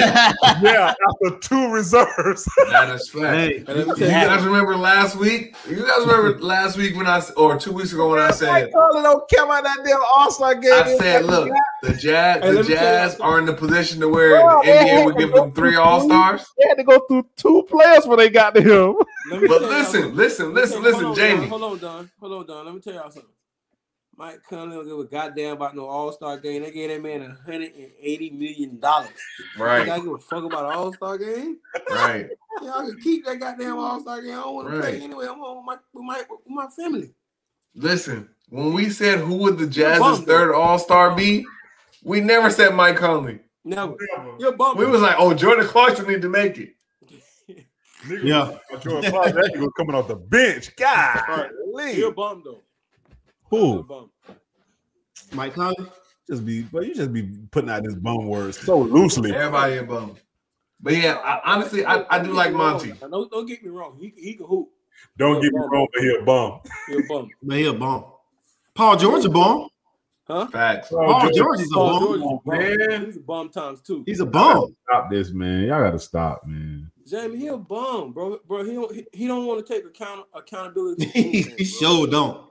S2: Yeah, after two reserves.
S4: That is facts.
S3: Hey.
S1: And let me
S4: You
S1: tell you,
S4: guys remember last week? You guys remember last week when I s- or two weeks ago when I said
S2: Carter don't care about that damn All Star game.
S4: I said, look, the Jazz,
S1: Hey,
S4: the
S1: let me tell you
S4: Jazz
S1: something.
S4: are in the position to where
S2: Bro,
S4: the
S2: they
S4: NBA
S2: had
S4: would
S2: to
S4: give
S2: go
S4: them three
S2: through
S4: All Stars.
S2: they had to go through two players when they got to him.
S1: let me
S4: But
S1: tell y'all
S4: listen,
S1: something.
S4: listen, listen,
S1: Hold
S4: listen,
S1: on, Don.
S4: Jamie.
S1: Hold on, Don. Hold on, Don. Let me tell y'all something. Mike Conley don't give a goddamn about no All Star game. They gave that man hundred and eighty million dollars. I
S4: Right,
S1: gotta give a fuck about an All Star game.
S4: right.
S1: Y'all can keep that goddamn All Star game. I don't want to
S4: Right.
S1: play anyway. I'm home with my with my, with my family.
S4: Listen, when we said who would the
S1: You're
S4: Jazz's
S1: bummed,
S4: third All Star be, we never said Mike Conley.
S1: Never. You're bumping.
S4: We was like, oh, Jordan Clarkson need to make it.
S3: Yeah.
S2: Jordan Clarkson that nigga was coming off the bench. God,
S1: You're bummed though. You're
S2: who
S1: bummed.
S3: Mike Conley.
S2: just be, but you just be putting out this bum word so loosely.
S4: Everybody a bum. But yeah, I, honestly, I, I do
S1: Don't
S4: like
S1: get me wrong.
S4: Monty.
S1: Now, Don't, don't get me wrong. He, he can hoop.
S2: Don't get me wrong, but he a bum.
S1: You're bummed.
S3: Man, he a bomb. Paul George a bomb.
S1: Huh?
S4: Facts.
S3: Paul George is a
S1: Paul
S3: bomb.
S1: George is a bum.
S4: Man.
S1: He's a bum times two.
S3: He's a bomb.
S2: Stop this, man. Y'all gotta stop, man.
S1: Jamie, he a bum, bro. Bro, he don't, he, he don't want to take account accountability.
S3: he sure don't.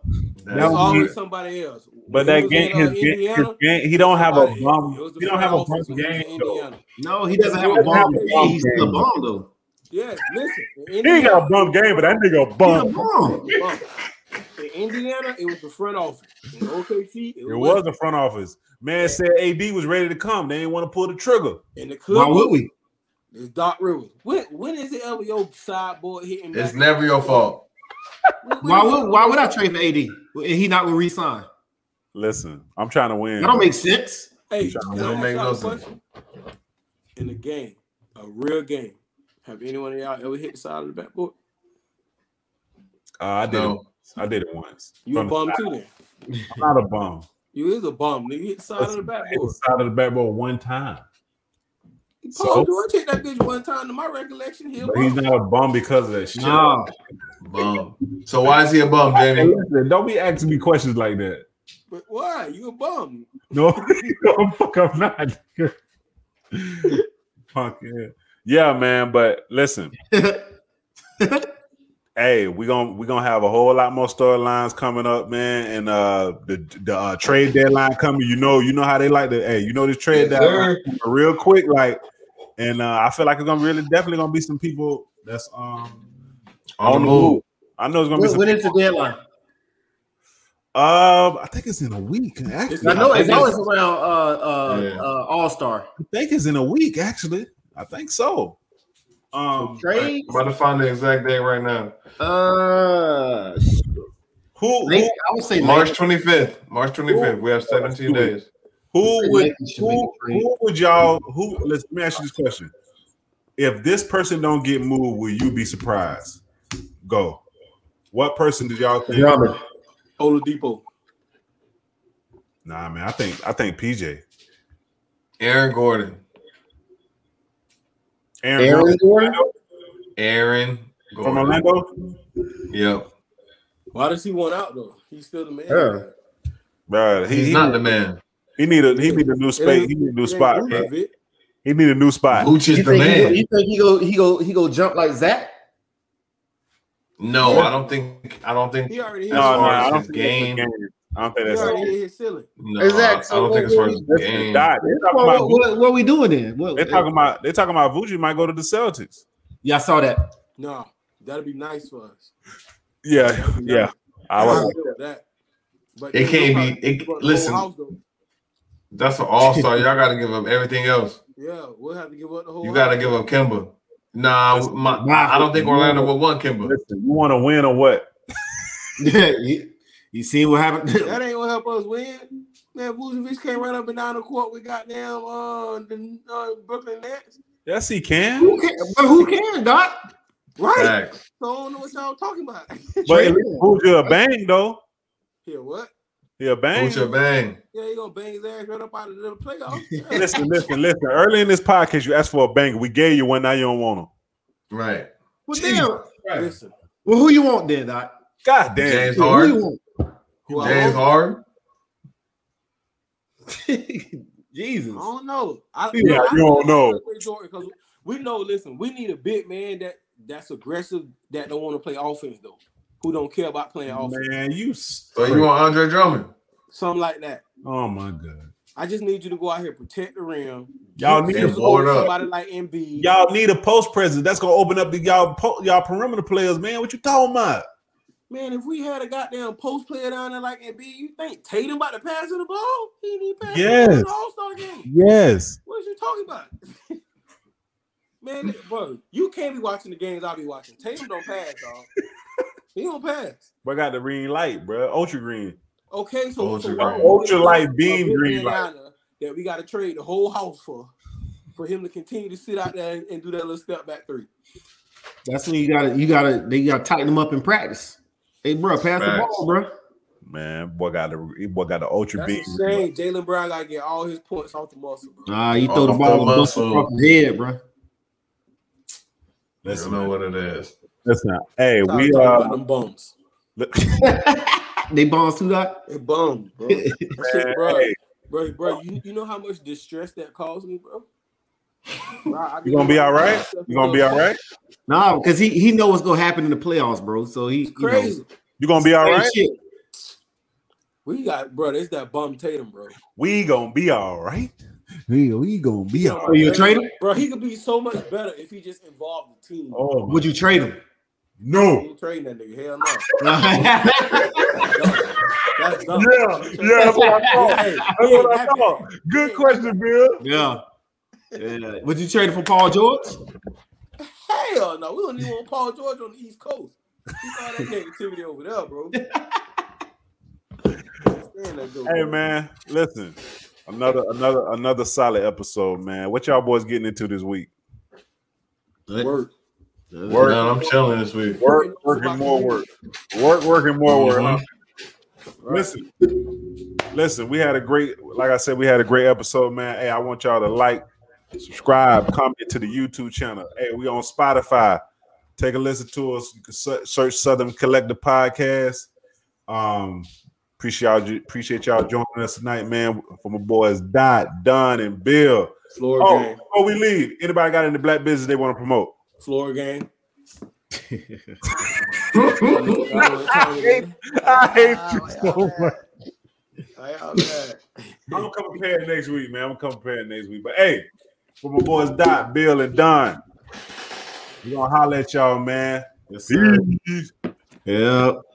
S1: That's always good. somebody else.
S2: But
S1: When
S2: that
S1: he was
S2: game,
S1: in, uh,
S2: his, game- his
S1: Indiana,
S2: game, he don't have a
S1: somebody-
S2: bum.
S1: it was the
S2: He don't have a
S1: front
S2: bum
S1: office when he was in
S2: game. though.
S1: Indiana.
S3: No, he doesn't have a bomb.
S2: bomb
S3: He's still a
S2: game.
S3: bomb though.
S1: Yeah, listen. in
S2: He ain't
S1: Indiana-
S2: got a bum game, but that nigga a
S3: He's a
S2: bum.
S3: bomb.
S1: Bum. In Indiana, it was the front office. In OKC, it,
S2: It was
S1: was.
S2: the front office. Man said AD was ready to come. They didn't want to pull the trigger.
S1: In the
S3: Why would
S1: Clippers,
S3: we?
S1: it's Doc Rivers. When, when is it ever your sideboard hitting?
S4: It's
S1: back?
S4: never your fault.
S1: When- when
S3: Why
S1: is it-
S3: would why would I trade for AD? And he not gonna resign.
S2: Listen, I'm trying to win.
S3: That don't make sense.
S1: Hey,
S2: Don't
S1: can I ask
S4: make
S1: y'all
S4: no
S1: a
S4: sense.
S1: question? In a game, a real game, have anyone of y'all ever hit the side of the backboard?
S2: Uh, I did it.
S4: No.
S2: I did it once.
S1: You a
S2: From the
S1: bum
S2: side.
S1: too then.
S2: I'm not a bum.
S1: You is a bum. Nigga hit the side of the
S2: Listen, I hit the
S1: backboard.
S2: side of the backboard one time.
S1: Paul
S2: So?
S1: George hit that bitch one time to my recollection. He a
S2: But he's
S1: bum.
S2: not a bum because of that shit.
S3: Nah.
S4: Bum. So why is he a bum,
S2: Hey,
S4: Jamie?
S2: listen, don't be asking me questions like that.
S1: But why? You a bum.
S2: No, no, fuck, I'm not. fuck yeah, yeah, man. But listen, hey, we gonna we gonna have a whole lot more storylines coming up, man, and uh the the uh, trade deadline coming. You know, you know how they like to. Hey, you know this trade
S4: Yes,
S2: deadline
S4: sir.
S2: coming real quick, like, and uh, I feel like it's gonna really definitely gonna be some people that's um
S4: On the move.
S2: I know it's gonna be
S3: When-
S2: some.
S3: when is the deadline?
S2: Um, I think it's in a week. Actually,
S3: I know
S2: I
S3: it's
S2: think
S3: always around uh uh,
S4: Yeah.
S3: uh All Star
S2: I think it's in a week, actually. I think so. Um,
S3: trade.
S4: I'm about to find the exact day right now.
S3: Uh,
S2: who
S3: late,
S2: who,
S3: I would say
S4: March
S3: late.
S4: 25th. March 25th. We have 17 days.
S2: who would
S3: Lakers should make
S2: who,
S3: a trade.
S2: who would y'all who? Let's, let me ask you this question: If this person don't get moved, will you be surprised? Go. What person did y'all think?
S1: Oladipo.
S2: Nah, man. I think I think PJ
S4: Aaron Gordon.
S2: Aaron,
S3: Aaron
S2: Gordon
S3: Gordon?
S4: Aaron
S2: from
S4: Gordon.
S2: Orlando.
S4: Yep.
S1: Why does he want out though? He's still the man.
S3: Yeah.
S2: Bro, he
S4: He's
S2: he,
S4: not the man.
S2: he need a he need a new space. He need a new
S1: It ain't
S2: spot.
S1: proof
S2: bro.
S1: of it.
S2: He need a new spot.
S4: Vooch
S3: You
S4: is the
S3: think, he, go-
S4: man.
S3: you think he go he go he go jump like Zach?
S4: No, I don't think. I don't think.
S1: He already hit
S2: No, no,
S4: As far
S2: I
S4: as
S2: don't
S4: his
S2: think that's
S4: game.
S2: the game. I don't think
S1: he
S2: that's the
S1: already
S2: game.
S1: hit his ceiling.
S4: No,
S3: Exactly.
S4: I don't think as far as
S3: That's
S4: the game.
S2: God, they're talking
S3: What,
S2: about
S3: what, what, what we doing then? What,
S2: They're talking about they're talking about Vucevic might go to the Celtics.
S3: yeah, I saw that.
S1: No, that'd be nice for us.
S2: Yeah, yeah. I was,
S1: agree with that. But
S4: It can't be- it-
S1: but the whole
S4: listen.
S1: house, though.
S4: That's an all star. Y'all got to give up everything else.
S1: Yeah, we'll have to give up the whole.
S4: You got to give up Kimba. Nah, my, I don't think Orlando would want Kimba.
S2: listen, you want to win or what?
S3: you, you see what
S1: house. That
S3: happened?
S1: ain't gonna help us win. Man, Vucevic can't run up and down the court. We got damn uh, the uh, Brooklyn Nets.
S2: Yes, he can.
S3: who can, but who can, Doc?
S1: Right.
S4: Facts.
S1: So I don't know what y'all talking about.
S2: But at least Vucevic a bang though.
S1: Here, what?
S2: He a bang.
S4: Vooch a bang.
S1: Yeah, he gonna bang his ass right up out of the playoffs. Yeah.
S2: Listen, listen, listen. Early in this podcast, you asked for a bang. We gave you one. Now you don't want him.
S4: Right.
S3: Well,
S2: Jesus.
S3: damn.
S1: Listen,
S3: Well, who you want then, Doc?
S2: God damn.
S4: James
S3: Who you
S4: Harden.
S3: want?
S1: who I
S4: James
S1: want-
S4: Harden.
S3: Jesus.
S1: I don't know. I,
S2: Yeah,
S1: I-
S2: you don't know.
S1: I play Jordan 'cause we know. Listen, we need a big man that that's aggressive, that don't want to play offense though, who don't care about playing offense,
S2: Man, you.
S4: So
S2: straight.
S4: you want Andre Drummond?
S1: something like that.
S2: Oh my god.
S1: I just need you to go out here protect the rim.
S2: Y'all
S1: Get
S2: need
S1: physical
S4: to board
S1: with
S4: up.
S1: somebody like MB.
S2: Y'all need a post presence. That's gonna open up the y'all po- y'all perimeter players, man. What you talking about?
S1: Man, if we had a goddamn post player down there like MB, you think Tatum about to pass in the ball? He didn't pass
S2: Yes.
S1: in the All Star game.
S2: Yes.
S1: What you talking about? Man, bro, you can't be watching the games I be watching. Tatum don't pass, dog. he don't pass.
S2: But I got the green light, bro. Ultra green.
S1: Okay, so
S4: Ultra
S1: so
S4: light.
S1: why would we
S2: Ultra
S1: get
S2: light
S1: a
S2: beam
S1: big
S2: green
S1: man
S2: light.
S1: down there That we got to trade the whole house for, for him to continue to sit out there and, and do that little step back three.
S3: That's when you gotta you gotta they gotta tighten them up in practice. Hey, bro, pass the
S4: Facts.
S3: ball, bro.
S2: Man, boy got the boy got the ultra
S1: That's a
S2: beam.
S1: shame. Jalen Brown got to get all his points off the muscle, bro.
S3: Nah, you throw the
S4: Off
S3: ball
S4: the
S3: and bust
S4: muscle.
S3: the fucking head, bro.
S4: You
S2: Listen,
S4: know what it is.
S2: listen. Hey,
S1: Stop
S2: we
S1: talking about
S2: uh,
S1: them bums.
S3: they bombs too, Doc.
S1: They bum, bro. That shit, bro.
S2: hey,
S1: Bro, bro, you, you know how much distress that caused me, bro?
S2: You gonna be all right? You gonna be all right?
S3: No, because he he know what's gonna happen in the playoffs, bro. So he
S1: Crazy.
S3: You, know,
S2: You gonna be all right?
S3: shit.
S1: We got bro, it's that bum Tatum, bro.
S2: We gonna be all right. We, we gonna be all
S3: Are you a trader?
S1: Bro, he could be so much better if he just involved the team.
S2: Oh my-
S3: Would you trade him?
S1: He
S2: no.
S1: ain't trading that nigga. Hell no.
S3: That's
S1: That's dumb.
S2: Yeah, yeah, that's what I thought.
S1: Hey,
S2: That's what I thought. Good question, Bill.
S3: Yeah. yeah. Would you trade it for Paul George?
S1: Hell no, we don't even want Paul George on the East Coast. He saw that negativity over there, bro. Stand that dude,
S2: Hey
S1: bro.
S2: man, listen. Another another another solid episode, man. What y'all boys getting into this week?
S1: Work.
S2: Work.
S4: No, I'm chilling this week.
S2: Work, work, and more work. Work, work, and more work. huh? Listen, listen, we had a great, like I said, we had a great episode, man. Hey, I want y'all to like, subscribe, comment to the YouTube channel. Hey, we on Spotify. Take a listen to us. You can se- search Southern Collective Podcast. Um, appreciate y'all, appreciate y'all joining us tonight, man. For my boys Dot, Don, and Bill.
S1: Floor
S2: Oh,
S1: game.
S2: before we leave, anybody got any black business they want to promote?
S1: Floor game.
S2: I hate you so much.
S1: Hey,
S2: I'm gonna come prepared next week, man. I'm gonna come prepared next week. But hey, for my boys Dot, Bill, and Don, we gonna holler at y'all, man.
S3: Yes,
S2: Peace.
S3: Yep.